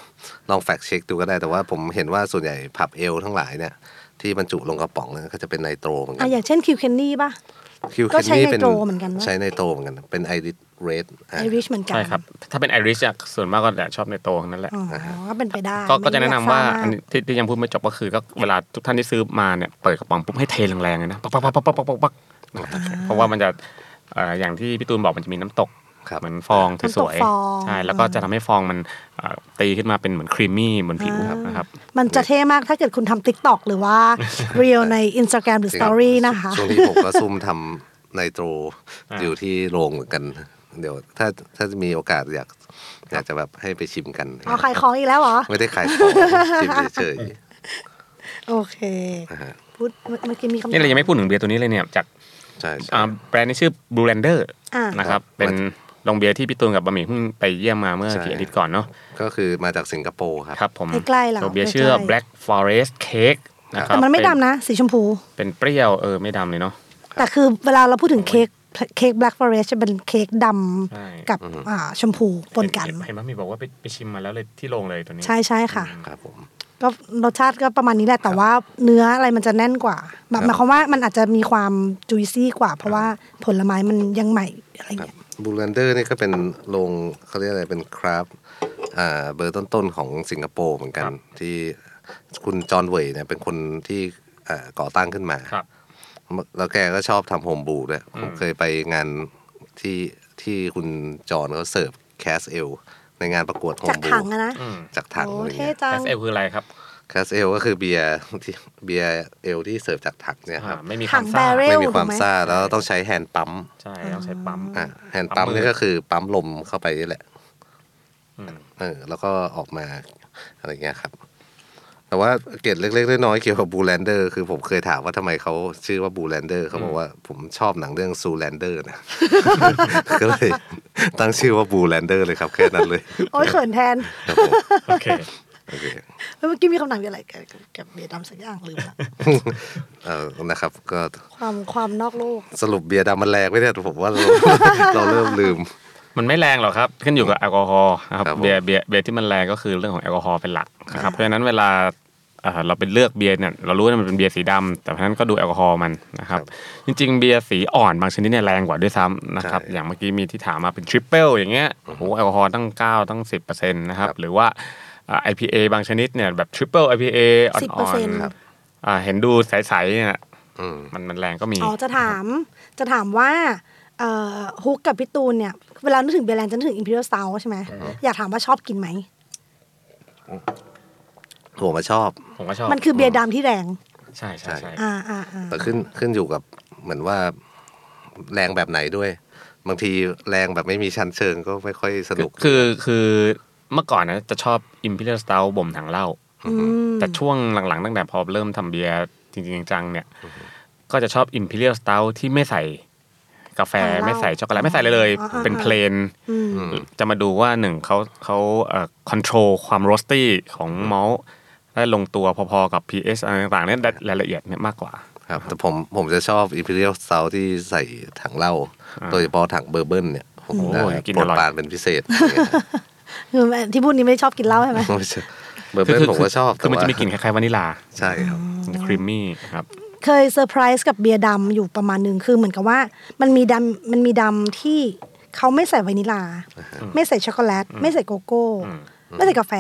ลองแฟกเช็คดูก็ได้แต่ว่าผมเห็นว่าส่วนใหญ่ผับเอลทั้งหลายเนี่ย ที่บรรจุลงกระป๋องเนี่ยก็จะเป็นไนโตรเหมือนกั
อ่ะอย่างเช่นคิวเคนนี่ป่ะ
คิว
ก็
เคน
ใช้
นี่
ไน
เป็น
โตรเหมือนกันนะ
ใช้ไนโตรเหมือนกัน เป็นไอริสเรด
ไอริชเหมือนกัน
ใช่ครับ ถ้าเป็นไอริชอะส่วนมากก็จะชอบในโตทั้งนั้นแหละ
อ๋อก็เป็นไปได้
ก็ก็จะแนะนำว่า
ไม่ได้
อันนี้ที่ที่ยังพูดไม่จบก็คือก็เวลาทุกท่านที่ซื้อมาเนี่ยเปิดกระป๋องปุ๊บให้เทแรงๆเลยนะปักปักปักปักปักปักปักปักเพราะว่ามันจะเอ่ออย่างที่พี่ตูนบอกมันจะมีน้ำตก
ครับ
เหมือนฟองสวยๆใช่แล้วก็จะทำให้ฟองมันเอ่อตีขึ้นมาเป็นเหมือนครีมมี่บนผิวนะครับ
มันจะเท่มากถ้าเกิดคุณทำ t ิ k t o k หรือว่าเรียลใน Instagram หรือ Story นะคะ
ช่วงนี้ผมก็ซุ่มทำไนโตร
อ่า
อยู่ที่โรงเหมือนกัน เดี๋ยวถ้าถ้ามีโอกาสอยากอยากจะแบบให้ไปชิมกัน
เอาขายของอีกแล้วเหรอ
ไม่ได้ขายของ ชิมเฉย
โอเค
ๆนะฮะ
พูดเมื่อกี้มีคำถาม
นี่เรายังไม่พูดถึงเบียร์ตัวนี้เลยเนี่ยจาก
ใช่ใช่
อ่าแบรนด์นี้ชื่อ Blue Lander
อ่าน
นะครับเป็นโรงเบียร์ที่พี่ตูนกับบะหมี่เพิ่งไปเยี่ยมมาเมื่อ
ใช่
กี่อาทิตย์ก่อนเนาะ
ก็คือมาจากสิงคโปร์ครับ
ครับผม
ใกล้ๆเรา
ตัวเบียร์ชื่อ
ใกล้ๆ
Black Forest Cake นะครับ
แต่มันไม่
เป็
ดำนะ สีชมพู
เป็นเปรี้ยวเออไม่ดำเลยเนาะ
แต่คือเวลาเราพูดถึงเค้กเค้ก black forest จะเป็นเค้กด
ใช่
ำกับอ่าชมพูปนกัน
เห็เห็นว่ามีบอกว่าไปไปชิมมาแล้วเลยที่โรงเลยตัวนี้
ใช่ใช่ค่ะ
ครับผม
ก็รสชาติก็ประมาณนี้แหละแต่ว่าเนื้ออะไรมันจะแน่นกว่าแบบหมายความว่ามันอาจจะมีความจุยซี่กว่า เพราะว่าผลไม้มันยังใหม่อะไรเงี้ย
บูลันเดอร์นี่ก็เป็นโรงเขาเรียกอะไรเป็นคราฟต์อ่าเบอร์ต้นๆของสิงคโปร์เหมือนกัน
ครับ
ที่คุณจอห์นเวยเนี่ยเป็นคนที่อ่าก่อตั้งขึ้นมา
ครับ
แล้วแกก็ชอบทำโฮมบูด้วยผมเคยไปงานที่ที่คุณจอห์นเขาเสิร์ฟแคสเอลในงานประกวดโฮ
จาก
มบู
ถังอะนะ
อืม
จากถัง
โอ้
อะไร
เท่
เงี้ย
จัง
แคสเอลคืออะไรครับ
แคสเอลก็คือเบียร์ที่เบียร์เอลที่เสิร์ฟจากถังเนี่ยค
อ่า
รับ
ไม่มีค
ถั
วาม
ง
ซ่า
barrel
ไม่มีความ
ถูกไหม
ซ่าแล้วต้องใช้แฮนด์ปั๊ม
ใช่ต้องใช้ปั๊ม
อ่ะแฮนด์ปั๊ม
ปั๊มมือ
นี่ก็คือปั๊มลมเข้าไปนี่แหละ
อืม
เออแล้วก็ออกมาอะไรเงี้ยครับ แต่ว่าเกตเล็กๆน้อยๆเกี่ยวกับบูแลนเดอร์คือผมเคยถามว่าทำไมเขาชื่อว่าบูแลนเดอร์เขาบอกว่าผมชอบหนังเรื่องซูแลนเดอร์นะ ก็เลยตั้งชื่อว่าบูแลนเดอร์เลยครับ แค่นั้นเลย
โอ้ยเขินแทน
ครับผม
โอเค
โอเค
เฮ้ยเมื่อกี้มีคำถามอยู่อะไรเกี่ยวกับเบียร์ดำสักอย่างลืมละ
เออนะครับ ก็
ความความนอกโลก
สรุปเบียร์ดำมันแรงไม่ได้ผมว่าเรา เราเริ่มลืม
มันไม่แรงหรอกครับขึ้นอยู่กับแอลกอฮอล์นะครับ
ครับผม
เบียร์เบียร์เบียร์ที่มันแรงก็คือเรื่องของแอลกอฮอล์เป็นหลักนะครับเพราะฉะนั้นเวลาเอ่อเราไปเลือกเบียร์เนี่ยเรารู้ว่ามันเป็นเบียร์สีดำแต่เพราะฉะนั้นก็ดูแอลกอฮอล์มันนะครับจริงๆเบียร์สีอ่อนบางชนิดเนี่ยแรงกว่าด้วยซ้ำนะครับ
ใช่
อย่างเมื่อกี้มีที่ถามมาเป็นทริปเปิลอย่างเงี้ยโอ้โหแอลกอฮอล์ตั้ง 9 ตั้ง 10%นะครับ
ครับ
หรือว่าอ่า IPA บางชนิดเนี่ยแบบทริปเปิล IPA อ่
สิบเปอ
อ
ร์
น
เซ็นต์
ครับ
ๆอ่าเห็นดูใสๆเนี่ย
อืม
มันมันแรงก็มี
อ๋อจะถามจะถามว่าเอ่อฮุกกับพี่ตูนเนี่ย เวลานึกถึงเบรนด์จะนึกถึงอิมพีเรียลซาใช่ไหมอยากถามว่าชอบกินไหม
ผมมาชอบ
ผมก็ชอบ
มันคือเบียร์ดำที่แรง
ใช่ใช่ใช่
อ่าอ่าอ่า
แต่ขึ้นขึ้นอยู่กับเหมือนว่าแรงแบบไหนด้วย บางทีแรงแบบไม่มีชั้นเชิงก็ไม่ค่อยสนุก
คือคือเมื่อก่อนนะจะชอบ Imperial Stout บ่มถังเหล้าแต่ช่วงหลังๆ ตั้งแต่พอเริ่มทำเบียร์จริงๆจังๆเนี่ยก็จะชอบ Imperial Stout ที่ไม่ใส่กาแฟ
ถังเหล้า
ไม่ใส่ช็อกโกแลตไม่ใส่เลยเลย
อ๋ออ๋อ
เป็นเพลน
อืม
จะมาดูว่าหนึ่งเขาเขาคอนโทรลความโรสตี้ของเมลได้ลงตัวพอๆกับ pH อะไรต่างๆเนี่ยรายละเอียดเนี่ยมากกว่า
ครับแต่ผมผมจะชอบ Imperial Stout ที่ใส่ถังเหล้าโดยเฉพาะถังเบอร์เบิร์นเนี่ยผม
โอ้
ได้
ยกิน
โปร
อ
ด
ร่อย
ปรานเป็นพิเศษอะไรเงี้ย
คือที่พูดนี้ไม่ชอบกินเหล้าใช่ไหม
เบอร์เบิร์นผมก็ชอบ
คือมันจะ
แต่ว่า
มีกลิ่นคล้ายๆวานิลา
ใช่ครับ
ครีมมี่ครับ
เคยเซอร์ไพรส์กับเบียร์ดำอยู่ประมาณหนึ่งคือเหมือนกับว่ามันมีดำมันมีดำที่เขาไม่ใส่วานิลลา ไม่ใส่ช็อกโกแลต ไม่ใส่โกโก้
อืม
ไม่ใส่กาแฟ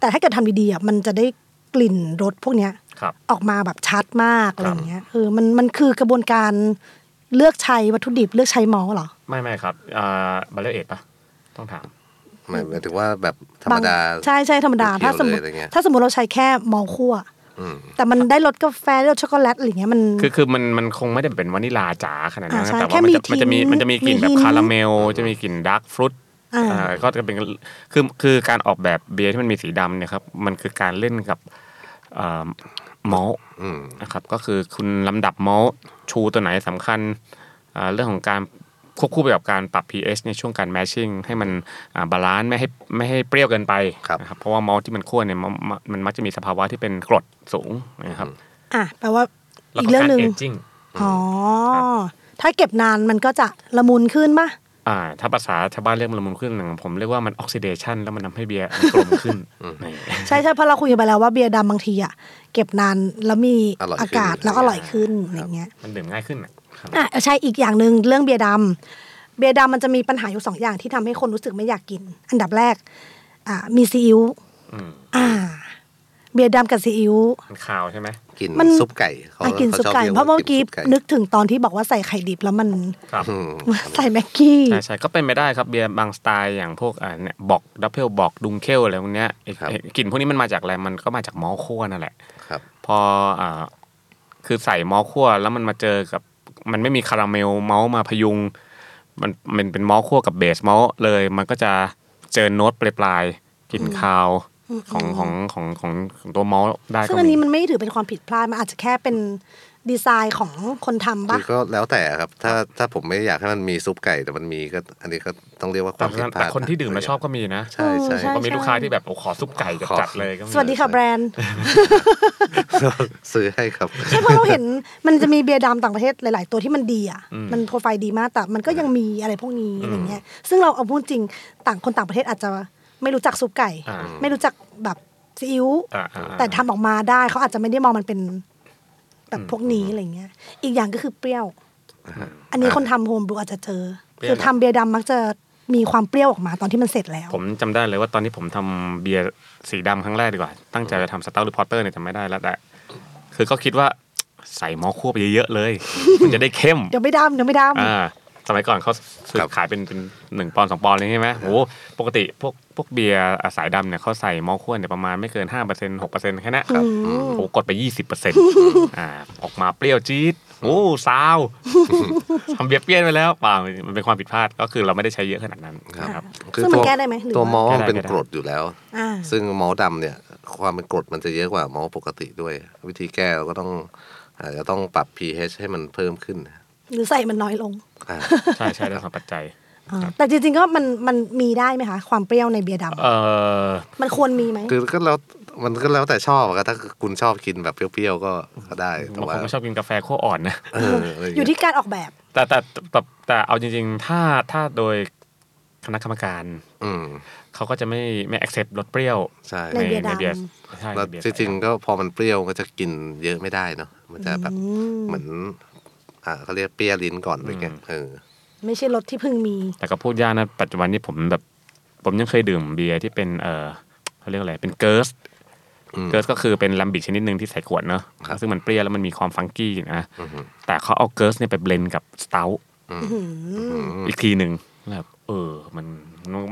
แต่ถ้าเกิดทำดีๆอ่ะมันจะได้กลิ่นรสพวกเนี้ย
ครับ
ออกมาแบบชัดมากอะไรอย่างเงี้ยเออมันมันคือกระบวนการเลือกใช้วัตถุดิบเลือกใช้มอลต์เหรอ
ไม่ไม่ครับบาเลเอทปะต้องถาม
หมายหมายถึงว่าแบบธรรมดา
บงใช่ใช่ธรรมดา
เคี่ยวๆ
ถ้าสมม
เล
ติ
ยอะไรเงี้ย
ถ้าสมมติเราใช้แค่มอลต์คั่วแต่มันได้รสกาแฟได้รสช็อกโกแลตอะไรอย่างเงี้ยมัน
คือคือมันมันคงไม่ได้เป็นวานิลลาจ๋าขนาดนั้น
อ่า
นะ
ใช่
แต่
แค่
ว่ามันจะ
มี
มันจะมี
ทิ้ง
มัน
มี
จะมีกลิ่นแบ
ทิ้
บ
ง
คาราเมล จะมีกลิ่นดาร์กฟรุต
อ่า
ก็จะเป็นคือคือการออกแบบเบียร์ที่มันมีสีดำเนี่ยครับมันคือการเล่นกับมอล
อืม
นะครับก็คือคุณลำดับมอลชูตัวไหนสำคัญอ่าเรื่องของการควบคู่ไปกับการปรับ pH ในช่วงการแมชชิ่งให้มันบาลานซ์ไม่ให้ไม่ให้เปรี้ยวเกินไป
ครับ
นะเพราะว่ามอลที่มันคั่วเนี่ยมันมันมักจะมีสภาวะที่เป็นกรดสูงนะครับ
อ่ะแปลว่า
แล้ว
อี
ก็
กเรื่อง
การ
หนึ่ง
เอจจิ้ง
อ๋อถ้าเก็บนานมันก็จะละมุนขึ้นปะ
อ่าถ้าภาษาชาวบ้านเรียกมันละมุนขึ้นหนึ่งผมเรียกว่ามันออกซิเดชันแล้วมันทำให้เบียร์มันกลมขึ้นนี่
ใช่ใช่เพราะเราคุยกันไปแล้วว่าเบียร์ดำบางทีอ่ะเก็บนานแล้วมี
อร่อยขึ้น
อากาศแล้วอร่อยขึ้นอย่างเงี้ย
มันดื่มง่ายขึ้นอ่ะครับ
อ่ะใช่อีกอย่างหนึ่งเรื่องเบียร์ดำเบียร์ดำมันจะมีปัญหาอยู่สองอย่างที่ทำให้คนรู้สึกไม่อยากกิน อันดับแรก อ่ะมีซีอิ๊ว
อืม
อ่า เบียร์ดำกับซีอิ๊ว
มันขาวใช่ไหม
กิน
มัน
ซุปไก่เขา
อ่ะกิน
ข
ซุป
ชอบ
ไก่
ย
เพราะ
ว่
เมื่อกี้
ซุปไ
นึกถึงตอนที่บอกว่าใส่ไข่ดิบแล้วมัน
ครับ
อืม
ใส่แม็กกี้
ใช่ใช่ก็เป็นไปได้ครับเบียร์บางสไตล์อย่างพวกอ่าเนี่ยบอกดับเบิลบอกดุงเคลอะไรพวกเนี้ยไอ้
ครับ
ไอ้กลิ่นพวกนี้มันมาจากอะไรมันก็มาจากมอลคั่วนั่นแหละ
ครับ
พออ่าคือใส่มอลคั่วแล้วมันมาเจอกับ มันไม่มีคาราเมลมอลมาพยุง มันมันเป็นมอลคั่วกับเบสมอลเลย มันก็จะเจอโน้ตปลายๆกลิ่นคาวของของของของของตัวมอลได้
ซึ่ง
ก็
อัน
มี
นี้มันไม่ถือเป็นความผิดพลาดมันอาจจะแค่เป็นดีไซน์ของคนทำปะ
คือก็แล้วแต่ครับ ถ้าถ้าผมไม่อยากให้มันมีซุปไก่แต่มันมีก็ อันนี้ก็ต้องเรียกว่าค
แต่
วามผิดพลา
แต่
ด
คนที่ดื่มแล้วชอบก็มีนะ
ใช่ใช่
ใช่
ก็มีลูกค้าที่แบบโอ้ขอซุปไก่
ขอ
จัดๆเลยก็มี
สวัสดีค่ะแบรนด์
ซื้อให้ครับ
ใช่เพราะเราเห็น มันจะมีเบียร์ดำต่างประเทศหลาย ๆ ตัวที่มันดีอ่ะ มันโปรไฟล์ดีมากแต่มันก็ยังมีอะไรพวกนี้อะไรเงี้ย ซึ่งเราเอาพูดจริงต่างคนต่างประเทศอาจจะไม่รู้จักซุปไก่
อ่า
ไม่รู้จักแบบซีอิ๊ว
อ่าอ่าอ่า
แต่ทำออกมาได้เขาอาจจะไม่ได้มองมันเป็นแบบพวกนี้อะไรเงี้ย อีกอย่างก็คือเปรี้ยว อันนี้คนทำโฮมบรูอาจจะเจอ คือทำเบียร์ดำมักจะมีความเปรี้ยวออกมาตอนที่มันเสร็จแล้ว
ผมจำได้เลยว่าตอนที่ผมทำเบียร์สีดำครั้งแรกดีกว่า ตั้งใจจะทำสตาร์หรือพอร์เตอร์เนี่ยจำไม่ได้แล้วแต่คือก็คิดว่าใส่มอลคั่วไปเยอะๆเลย มันจะได้เข้ม
เดี๋ยวไม่ดำเดี๋ยวไม่ดำ
อ่าสมัยก่อนเขาซื้อ
ครับ
ขายเป็นเป็นหนึ่งปอนด์สองปอนด์เลยใช่ไหมโอ้โหปกติพวกพวกเบียร์อ่ะสายดำเนี่ยเขาใส่มอลคั่วเนี่ยประมาณไม่เกินห้าเปอร์เซ็นต์หกเปอร์เซ็นต์แค่นั้นครับโอ้โหกดไปยี่สิบเปอร์เซ็นต์อ่าออกมาเปรี้ยวจี๊ดโอ้ซาว ทำเบียร์เปรี้ยวไปแล้วเปล่ามันเป็นความผิดพลาดก็คือเราไม่ได้ใช้เยอะขนาดนั้นนะครับ
คือ
ซึ่งมัน
ตัว
แก้ได้ไหมหรือ
ตัว
ว่า
มอล
แก้ได้
มันเป็น
แก้ได้
กรดอยู่แล้ว
อ่า
ซึ่งมอลดำเนี่ย ความเป็นกรดมันจะเยอะกว่ามอลปกติด้วย วิธีแก้เราก็ต้องอาจจะต้องปรับ pH ให้มันเพิ่มขึ้น
หรือใส่มันน้อยลง
อ่า
ใช่ใช่เรื่องของปัจจัย
อ่าแต่จริงๆก็มันมันมีได้ไหมคะ ความเปรี้ยวในเบียร์ด
เอ่อ
ำมันควรมีไหม
คือก็แล้วมันก็แล้วแต่ชอบอะครับถ้าคุณชอบกินแบบเปรี้ยวๆก็ก็ได้แต่
บางค
ว่าน
ก็ชอบกินกาแฟขั้วอ่อนนะ
เอออะไร
อยู่ที่การออกแบบ
แต่แต่แต่แต่เอาจริง ๆ ถ้าถ้าโดย คณะกรรมการ
อืม
เขาก็จะไม่ไม่ accept รสเปรี้ยว
ใช่
ในเบียร์ดำ
ร์ใช่
แล้ว
ในเบีย
จริงๆก็พอมันเปรี้ยวก็จะกินเยอะไม่ได้เนาะมันจะแบบเหมือน อ่าเขาเรียกเปรี้ยลิ้นก่อนไปแกเออ
ไม่ใช่รถที่เพิ่งมี
แต่ก็พูดยากนะปัจจุบันนี้ผมแบบ ผมยังเคยดื่มเบียร์ที่เป็นเออเขาเรียกอะไรเป็นเกิร์ส
อืม
เกิร์สก็คือเป็นลัมบิกชนิดหนึ่งที่ใส่ขวดเนอะ
ครับ
ซึ่งมันเปรี้ยวแล้วมันมีความฟังกี้นะแต่เขาเอาเกิร์สเนี่ยไปเบลนกับสเตาท์อีกทีหนึ่งแบบเออมัน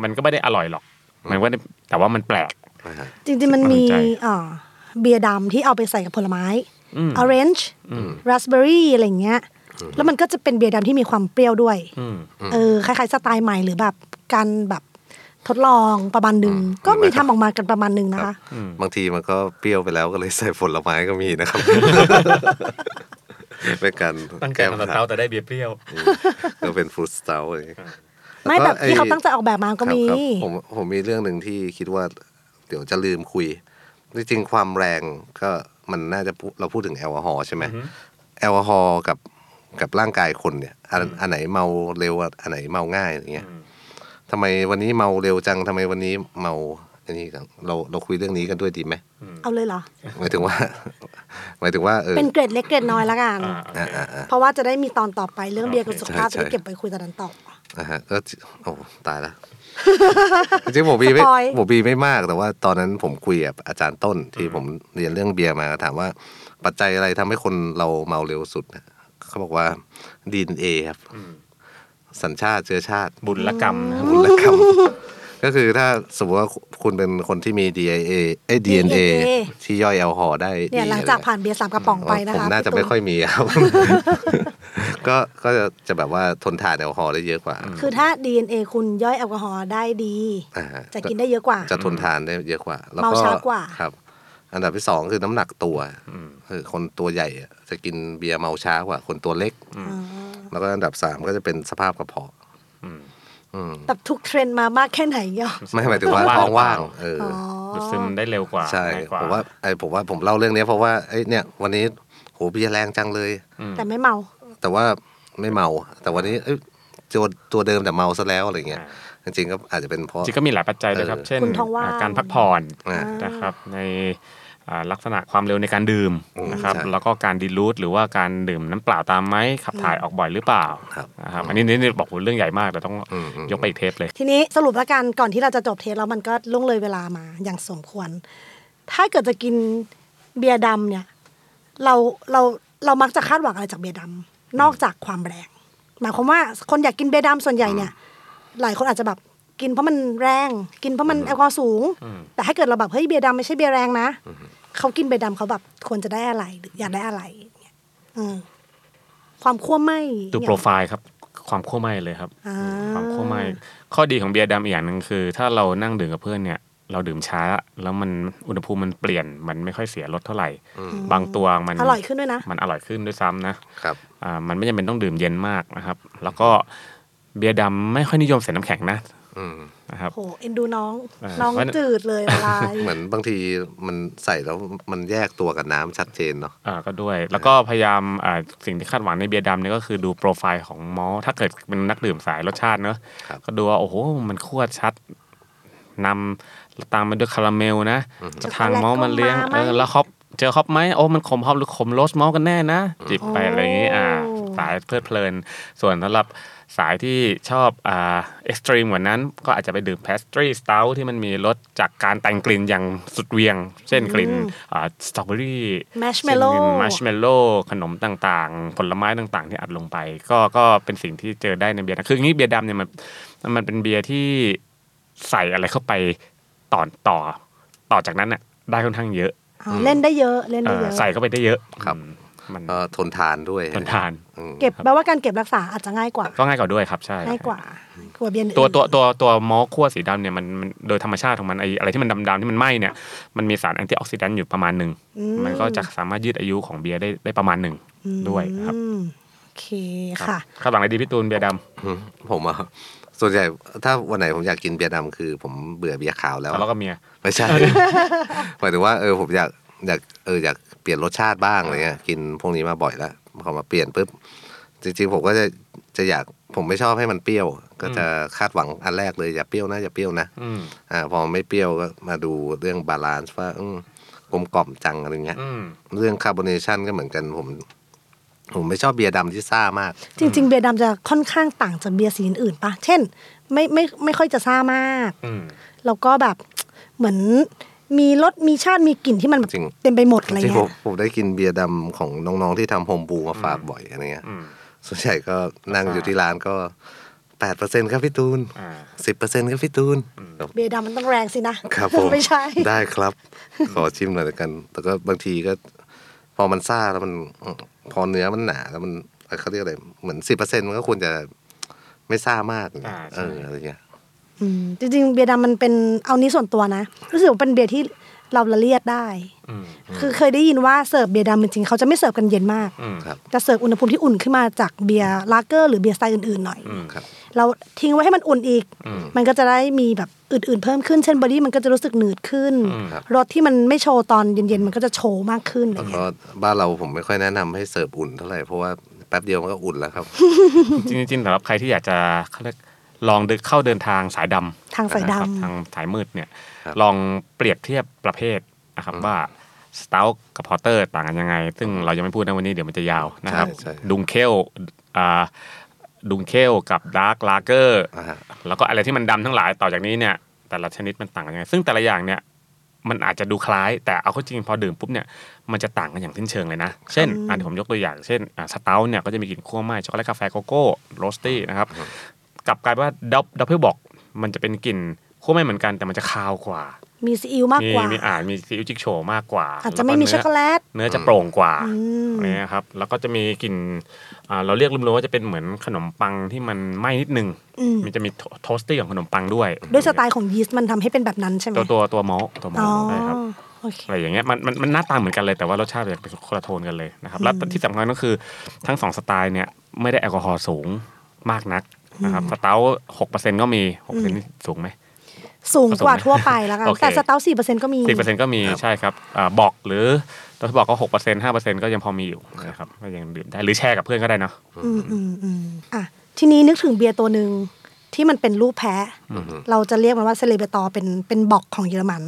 มันก็ไม่ได้อร่อยหรอก มันก็ได้แต่ว่ามันแปลก
นะฮะ
จริงๆมันมี
น่าสนใจ
อ่าเบียร์ดำที่เอาไปใส่กับผลไม้
อืม
orange raspberry อะไรอย่างเงี้ย แล้วมันก็จะเป็นเบียร์ดำที่มีความเปรี้ยวด้วย
อืม
เออคล้ายๆสไตล์ใหม่หรือแบบการแบบทดลองประมาณหนึ่ง
อืม
ก็มีทำออกมากันประมาณหนึ่งนะ
ครั
คะ
บางทีมันก็เปรี้ยวไปแล้วก็เลยใส่ผลไม้ก็มีนะครับ เป็นการ
ตั้งใจ
แก้
ทำส
ปัญหา
เตาท์แต่ได้เบียร์เปรี้ยว
ก็เป็นฟูดสเตลอะไรอย่างเงี้ย
ไม่
ล้ว
แบบที่เขา
ไอ้
ตั้งใจออกแบบมาก็มี
ครับครับผมผมมีเรื่องหนึ่งที่คิดว่า เดี๋ยวจะลืมคุย จริงๆความแรงก็มันน่าจะพูเราพูดถึงแอลกอฮอล์ใช่ไหมแอลกอฮอล์กับกับร่างกายคนเนี่ยอันอันไหนเมาเร็วอันไหนเมาง่ายอย่างเงี้ยทำไมวันนี้เมาเร็วจังทำไมวันนี้เมาอันนี้กันเราเราคุยเรื่องนี้กันด้วยดีไหม
เอาเลยเหรอ
หมายถึง ว่า หมายถึงว่าเออ
เป็นเกรดเล็กเกรดน้อยละกัน
อ่ะอ่ะอ่ะ
เพราะว่าจะได้มีตอนต่อไปเรื่องเบียร์กับสุขภาพ
ใช่
จะ
ใช่
ได้เก็บไปคุยตอนนั้นต่อ
นะฮะก็โอ้ ตายละ จริงๆผมบีไม่
สปอย
ผมบีไม่มากแต่ว่าตอนนั้นผมคุยกับอาจารย์ต้นที่ผมเรียนเรื่องเบียร์มาถามว่า ปัจจัยอะไรทำให้คนเราเมาเร็วสุดนะเขาบอกว่าดีเอครับสัญชาติเชื้อชาติ
บุญละ กรรมนะครับ
บุญและกรรม ก็คือถ้าสมมติว่าคุณเป็นคนที่มี DIA เอ้ย DNA ที่ย่อยแอลกอฮอล์ได้ดี
เนี่ยหลังจากผ่านเบียร์สามกระป๋องไปนะ
ผม
คะ
น่าจะไม่
พี่
ค่อ
ตู
ยมี ครับ ก็ก็จะจะแบบว่าทนทานแอลกอฮอล์ได้เยอะกว่า
คือถ้า DNA คุณย่อยแอลกอฮอล์ได้ดี
อ่าฮ
จะกินได้เยอะกว่า
จะทนทานได้เยอะกว่า แล้วก็
เมาช้ากว่า
ครับ อันดับที่สองคือน้ำหนักตัวคือคนตัวใหญ่อะจะกินเบียร์เมาช้ากว่า คนตัวเล็ก
อ๋อ
แล้วก็อันดับสามก็จะเป็นสภาพกระเพาะอืม
แบบทุกเทรนด์มามากแค่ไหนเนี่ย
ไม่หมายถึงว่าท้องว่างเอออ
ดูดซึมได้เร็วกว่า
ใช่
ง่ายกว่า
ผมว่าไอ้ผมว่าผมเล่าเรื่องนี้เพราะว่าไอ้เนี่ย วันนี้โหเบียร์แรงจังเลย
แต่ไม่เมา
แต่ว่าไม่เมา แต่วันนี้เอ้ยตัวตัวเดิมแต่เมาซะแล้วอะไรเงี้ยจริงๆก็อาจจะเป็นเพราะ
จริงก็มีหลายปัจจัยนะครับ เช่น
คุณทองว่าง
อ่าการพักผ่อน
อ่า
นะครับในอ่าลักษณะความเร็วในการดื่ม
อืม
นะครับ
ใช่
แล้วก็การดีลูทหรือว่าการดื่มน้ำเปล่าตามไหมขับถ่ายออกบ่อยหรือเปล่า
ครับ
นะครับอันนี้นี่บอกว่าเรื่องใหญ่มากแต่ต้อง
อืมอืม
ยกไปอีกเทปเลย
ทีนี้สรุปละกันก่อนที่เราจะจบเทปแล้วมันก็ล่วงเลยเวลามาอย่างสมควร ถ้าเกิดจะกินเบียร์ดำเนี่ย เราเราเรามักจะคาดหวังอะไรจากเบียร์ดำนอกจากความแรง หมายความว่าคนอยากกินเบียร์ดำส่วนใหญ่เนี่ย หลายคนอาจจะแบบกินเพราะมันแรง กินเพราะมันแอลกอฮอล์สูง แต่ถ้าเกิดเราแบบเฮ้ยเบียร์ดำไม่ใช่เบียร์แรงนะเขากินเบียร์ดำเขาแบบควรจะได้อะไรหรืออยากได้อะไรอย่างเงี้ยอืมความขั้วไหม
ดูโปรไฟล์ครับความขั้วไหมเลยครับ
อ่า
ความขั้วไหมข้อดีของเบียร์ดำอีกอย่างหนึ่งคือ ถ้าเรานั่งดื่มกับเพื่อนเนี่ยเราดื่มช้า แล้วมันอุณหภูมิมันเปลี่ยนมันไม่ค่อยเสียรสเท่าไหร่ บางตัวมัน
อร่อยขึ้นด้วยนะ
มันอร่อยขึ้นด้วยซ้ำนะ
ครับ
อ่ามันไม่จำเป็นต้องดื่มเย็นมากนะครับ แล้วก็เบียร์ดำไม่ค่อยนิยมใส่น้ำแข็งนะ
อืม
นะครับ
โหเอ็นดูน้อง
เออ
น้อง
เพราะ
จืดเลยละลาย
เหมือนบางทีมันใส่แล้วมันแยกตัวกับน้ำชัดเจนเนาะ
อ่าก็ด้วย แล้วก็พยายามอ่าสิ่งที่คาดหวังในเบียร์ดำเนี่ยก็คือดูโปรไฟล์ของมอลต์ถ้าเกิดเป็นนักดื่มสายรสชาติเนอะ
ครับ
ก็ดูว่าโอ้โหมันคั่วชัดนำตามมาด้วยคาราเมลนะจะทางมอลต์มันเลี้ยง
ช็อกโกแลตก็มาไหม
เออแล้วฮอปเจอฮอปไหมโอ้มันขมฮอปหรือขมโรสมอลต์กันแน่นะ จิบไปอะไรอย่างนี้อ่าสายเพลิดเพลิน ส่วนสำหรับสายที่ชอบอ่าเอ็กซ์ตรีมกว่านั้น ก็อาจจะไปดื่ม pastry stout ที่มันมีรสจากการแต่งกลิ่นอย่างสุดเวียง เช่นกลิ่นอ่าสตรอเบอรี่
Marshmallow
มัชเมลโล่ขนมต่างๆ ผลไม้ต่างๆ ที่อัดลงไป ก็ก็เป็นสิ่งที่เจอได้ในเบียร์นะคืออย่างนี้เบียร์ดำเนี่ยมันมันเป็นเบียร์ที่ใส่อะไรเข้าไปต่อต่อต่อจากนั้นน่ะได้ค่อนข้างเยอะ
อ๋อเล่นได้เยอะเล่น
เอ่
ได้
อ
เยอะ
ใส่เข้าไปได้เยอะ
ครับ
อืมมัน
ก็ทนทานด้วย
ทนทาน
อืม
เก็บแปลว่าการเก็บรักษาอาจจะง่ายกว่า
ก็ง่ายกว่าด้วยครับใช่
ง่ายกว่า กว่าเบียร์อื่น
ตัวตัวตัวตัวมอคั่วสีดำเนี่ยมันมันโดยธรรมชาติของมันไออะไรที่มันดำๆที่มันไหม้เนี่ยมันมีสารแอนตี้ออกซิแดนต์อยู่ประมาณหนึ่งมันก็จะสามารถยืดอายุของเบียร์ได้ได้ประมาณหนึ่งด้วยครับ
อืมโอเค
ครับ
ค่ะ
คาดหวังอะไรดีพี่ตูนเบียร์ด
อืมผมอ่ะส่วนใหญ่ถ้าวันไหนผมอยากกินเบียร์ดำคือผมเบื่อเบียร์ขาวแล้ว
ำแล้วก็เมีย
ไม่ใช่ หมายถึงว่าเออผมอยากอยากเอออยากเปลี่ยนรสชาติบ้างอะไรเงี้ยกินพวกนี้มาบ่อยแล้วพอมาเปลี่ยนปุ๊บจริงๆผมก็จะ จะอยากผมไม่ชอบให้มันเปรี้ยว ก็จะคาดหวังอันแรกเลยอย่าเปรี้ยวนะอย่าเปรี้ยวนะ
อืม
อ่าพอไม่เปรี้ยวก็มาดูเรื่องบาลานซ์ว่าอืมกลมกล่อมจังอะไรเงี้ย
อืม
เรื่องคาร์บอเนชันก็เหมือนกันผม ผมไม่ชอบเบียร์ดำที่ซ่ามาก
จริง ๆ เบียร์ดำจะค่อนข้างต่างจากเบียร์สีอื่นๆปะเช่น ไม่ไม่ไม่ค่อยจะซ่ามาก
อืม
แล้วก็แบบเหมือนมีรสมีชาติมีกลิ่นที่มันแบบ
จริง
เต็มไปหมดอะไร
ที่ผ
เงี้
ม
ย
ผมได้กินเบียร์ดำของน้องๆที่ทำโฮมบูมาฝากบ่อยอะไรเงี้ย
อืม
ส่วนใหญ่ก็นั่งอยู่ที่ร้านก็แปดเปอร์เซ็นครับพี่ตูน
อ่า
สิบเปอร์เซ็นครับพี่ตูน
เบียร์ดำมันต้องแรงสินะครับ
ผม
ไม่ใช่
ได้ครับ ขอชิมหน่อยละกัน แต่ก็บางทีก็ พอมันซ่าแล้วมันพอเนื้อมันหนาแล้วมันเขาเรียกอะไรเหมือนสิบเปอร์เซ็นมันก็ควรจะไม่ซ่ามาก
อ่าใช่
เอออะไรเงี้ย
อืมจริงๆเบียร์ดำมันเป็นเอานี้ส่วนตัวนะ รู้สึกว่าเป็นเบียร์ที่เราละเลียดได้
อืม
คือเคยได้ยินว่าเสิร์ฟเบียร์ดำจริงๆเขาจะไม่เสิร์ฟกันเย็นมาก
อืม
ครับ
จะเสิร์ฟอุณหภูมิที่อุ่นขึ้นมาจากเบียร์ลาเกอร์หรือเบียร์สไตล์อื่นๆหน่อย
ครับ
เราทิ้งไว้ให้มันอุ่นอีก มันก็จะได้มีแบบอื่นๆเพิ่มขึ้น เช่นบอดี้มันก็จะรู้สึกหนืดขึ้น
ครับ
รสที่มันไม่โชว์ตอนเย็นๆ มันก็จะโชว์มากขึ้นอะไร
แล้ว
เงี้
ก็
ย
บ้านเราผมไม่ค่อยแนะนำให้เสิร์ฟอุ่นเท่าไหร่เพราะว่าแป๊บเดียวมันก็อุ่นแล้วครับ
จริงๆสำหรับใครที่อยากจะเขาเรียกลองเดินเข้าเดินทางสายดำ
ทางสาย
นะครับ
ดำ
ทางสายมืดเนี่ย
ครับ
ลองเปรียบเทียบประเภทนะครับว่าสเต u ท์กับพอ r t เตอร์ต่างกันยังไง ซึ่งเรายังไม่พูดในวันนี้เดี๋ยวมันจะยาวนะครับ
ใช่
ดุงเคลอ่าดุงเคลกับดาร์กลาเกอร์
อ่าฮะ
แล้วก็อะไรที่มันดำทั้งหลายต่อจากนี้เนี่ย แต่ละชนิดมันต่างกันยังไง ซึ่งแต่ละอย่างเนี่ยมันอาจจะดูคล้าย แต่เอาเข้าจริงพอดื่มปุ๊บเนี่ยมันจะต่างกันอย่างสิ้นเชิงเลยนะ เช่นอันที่ผมยกตัวอย่างเช่นสเต u ท์เนี่ยก็จะมีกลิ่นขั้วไหม้ช็อกโกแลตกาแฟโกโก้โรสตี้นะครับ กลับกลายเป็นว่าดับดับเบิลบอกมันจะเป็นกลิ่นคั่วไม่เหมือนกันแต่มันจะคาวกว่า
มีซีอิ๊วมาก
มี
กว่าม
มีอ่านมีซีอิ๊วจิกโชว์มากกว่า
อาจจะไม่มีช็อกโกแลต
เนื้อเนื้อจะโปร่งกว่า
อืม
เนี่ยครับแล้วก็จะมีกลิ่นอ่าเราเรียกรวมๆว่าจะเป็นเหมือนขนมปังที่มันไหม้นิดนึง มันจะมีโทสตี้ของขนมปังด้วย
ด้วยสไตล์ของยีสต์มันทำให้เป็นแบบนั้นใช่ไหม
ตัวตัวตัวมอลต์ตัวมอ
อ๋
ล
อ
ต์ใช่ครับ
โอเค
อะไรอย่างเงี้ยมันมันมันหน้าตาเหมือนกันเลยแต่ว่ารสชาติจะเป็นคนละโทนกันเลยนะครับแล้วที่สำคัญก็คือทั้งสองสไตล์เนี่ยไม่ได้แอลกอฮอล์สูงมากนักนะครับสเตาหกเปอร์เซ็นต์ก็มีหกเปอร์เซ็นต์นี่สูงไหม
สูงกว่า
ผสมนะ
ทั่วไปแล้วกัน
โอเค
แต่สเตาสี่เปอร์เซ็นต์ก็มี
สิบเปอร์เซ็นต์ก็มีใช่ครับอ่าบอกหรือตัวที่บอกก็หกเปอร์เซ็นต์ห้าเปอร์เซ็นต์ก็ยังพอมีอยู่นะครับก็ยังดื่มได้หรือแชร์กับเพื่อนก็ได้เนาะ
อืมอืมอืมอ่ะทีนี้นึกถึงเบียร์ตัวหนึ่งที่มันเป็นรูปแพะ เราจะเรียกมันว่าเซเลเบตอเป็นเป็นบอกของเยอรมัน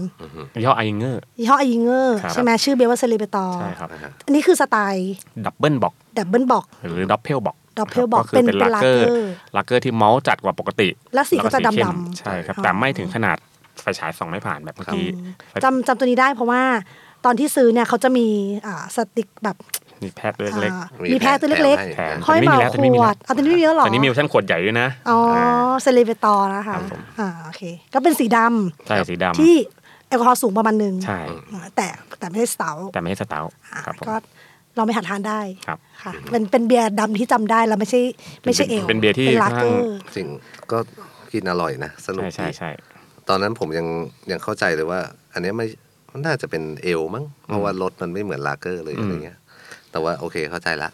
ยี่ห้อไอเงอร์
ยี่ห้อไอยิงเกอร์
ครับ
ใช่ไหมชื่อเบียร์ว่าเซเลเบตอ
ใช่ครับ
อันนี้คือสไตล์
ดับเบิลบอก
ดับเบิลบอก
หรือดับเพลบอก
Doppel bock
ก็คือเป็น
เป็นเป็
ลานเกอร์
lager
ลาเกอร์ที่เมาส์จัดกว่าปกติ
และสีก็จะ
เข้ม
ดำๆ
ใช่ครับแต่ไม่ถึงขนาดไฟฉายส่องไม่ผ่านแบบเมื่อกี้
จำจำตัวนี้ได้เพราะว่าตอนที่ซื้อเนี่ยเขาจะมีอ่าสติกแบบ
มีแพทย์ตัวเล็ก
อ่า
มี
มีแพะตัวเล็ก
แถมให้
ๆห้อยมาขวดเอาตัวนี้ไม่มีแล้ว
ๆ
เหรอ
ตอนนี้มีเวอร์ชันขวดใหญ่ด้วยนะ
อ๋อา เซเลเบตอนะคะ
ครับผม
อ่าโอเคก็เป็นสีดำ
ใช่สีดำ
ที่แอลกอฮอล์สูงประมาณหนึ่ง
ใช่
แต่แต่ไม่ได้สเตา
แต่ไม่ใช่สเตาท์
อ่ะ
ครับผม
ก็ลองไปหาทานได้
ครับ
ค่ะเป็นเป็นเบียร์ดำที่จำได้แล้วไม่ใช่ไม่ใช่เอล
เป็นเบียร์ที่
ลาเกอ
ค่อนข้
ร์
จริงก็กินอร่อยนะสนุก
ใช่ใช่
ดี
ใช่
ตอนนั้นผมยังยังเข้าใจเลยว่า อันเนี้ยไม่มันน่าจะเป็นเอลมั้งเพราะว่ารสมันไม่เหมือนลาเกอร์เลยอะไรเงี้ย แต่ว่าโอเคเข้าใจละ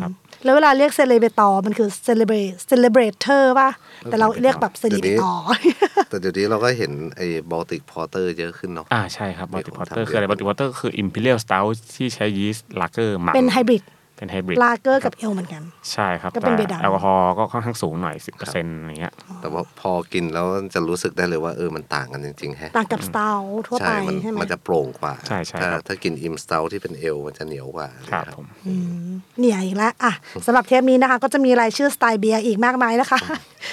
ครับ
แล้วเวลาเรียกเซเลเบตอมันคือเซเลเบเซเลเบเตอร์ป่ะ แต่เราเรียกแบบเซเลเบต อ
แต่เดี๋ยวนี้เราก็เห็นไอ้บอลติกพอเตอร์เยอะขึ้นเนาะ
อ่าใช่ครับบอติ
มี
ว
ค
อน เตอร์
ทำเยอะ
คืออะไรบอติวอเตอร์คืออิมพีเรียลสเตาท์ที่ใช้ยีสต์ลาเกอร์หมัก
เป็นไฮบริด
เป็นไฮบริด
ลาเกอร์กับเอลเหมือนกัน
ใช่ครับ
ก็เป็นเบียร์ดำ
แอลกอฮอล์ก็ค่อนข้างสูงหน่อยสิบเปอร์เซ็นต์อะไรเงี้ย
แต่ว่าพอกินแล้วจะรู้สึกได้เลยว่าเออมันต่างกันจริงๆแฮะ
ต่างกับสเตาทั่วไป
ใช่มั
ใช่ไหม
มันจะโปร่งกว่า
ใช่ใช่
ถ้า
ครับ
ถ้ากินอิมสเตลที่เป็นเอลมันจะเหนียวกว่า
ครับ
นะ
ผม
เนี่ยอีกแล้วอ่ะสำหรับเทปนี้นะคะ ก็จะมีรายชื่อสไตล์เบียร์อีกมากมายนะคะ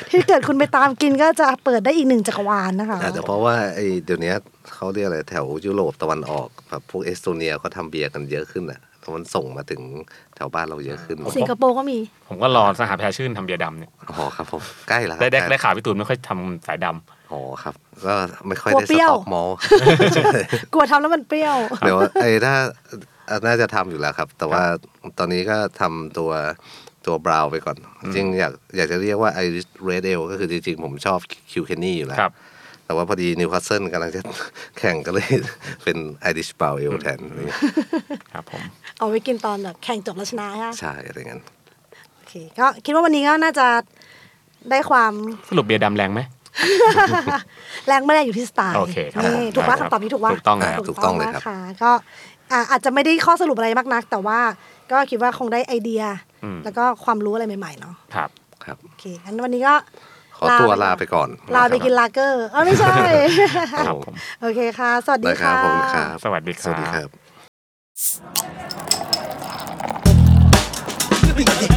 ที่เกิดคุณไปตามกินก็จะเปิดได้อีกหนึ่งจักรวาลนะคะ
อาจจะเพราะว่าไอ้เดี๋ยวนี้เขาเรียกอะไรแถวยุโรปตะวันออกแบบพวกเอสโตเนียเขาทำเบียร์กันเยอะขึ้นอ่ะแล้วมันส่งมาถึงแถวบ้านเราเยอะขึ้น
สิงคโปร์ก็มี
ผมก็รอสหแพรชื่นทำเบียร์ดำเนี่ย
อ๋อครับผมใกล้ละครับ
ได้ได้
ใกล้ละ
ได้ข่าวพี่ตูนไม่ค่อยทำสายด
อ๋อครับ ก็ไม่ค่อย
กลัว
ได้ส
เปรี้ยว
ต็อกมอลล์
กลัวทำแล้วมันเปรี้ยว
เดี๋ยวไอ้ถ้าน่าจะทำอยู่แล้วครับ แต่ว่าตอนนี้ก็ทำตัวตัวบราวน์ไปก่อน จริงๆอยากอยากจะเรียกว่าไอริสเรดเอลก็คือจริงๆ ผมชอบคิวเคนนี่อยู่แล้ว
ำครับ
แต่ว่าพอดีนิวคาสเซิลกำลังจะ แข่งก็เลย เป็นไอริชบราวเอลแทนอะไรเงี้ย
ครับผม
เอาไว้กินตอนแบบแข่งจบแล้วชนะฮะ
ใช่อะไรเงี้ย
โอเคก็คิดว่าวันนี้ก็น่าจะได้ความ
สรุปเบียร์ดำแรงไหม
แรงไม่แรงอยู่ที่สไตล์
โอเคครับ
นี่ถูกว่า
ได้ครับ
คำตอบนี้ถูกว่า
ถูกต้องครับ
ถูกต้องเลยครับ
ค่ะก็อ่าอาจจะไม่ได้ข้อสรุปอะไรมากนัก แต่ว่าก็คิดว่าคงได้ไอเดีย แล้วก็ความรู้อะไรใหม่ๆเนาะ
ครับ
ครับ
โอเคงั้นวันนี้ก็
ขอตัวลาไปก่อน
ลาไปกินลาเกอร์เออไม่ ใช่
ครับผม
โอเคค่ะ สวัสดี
ได้ค
ค่ะ
รับขอบคุณครับ
สวัสดีครับ
สวัสดีครับ
Big dick.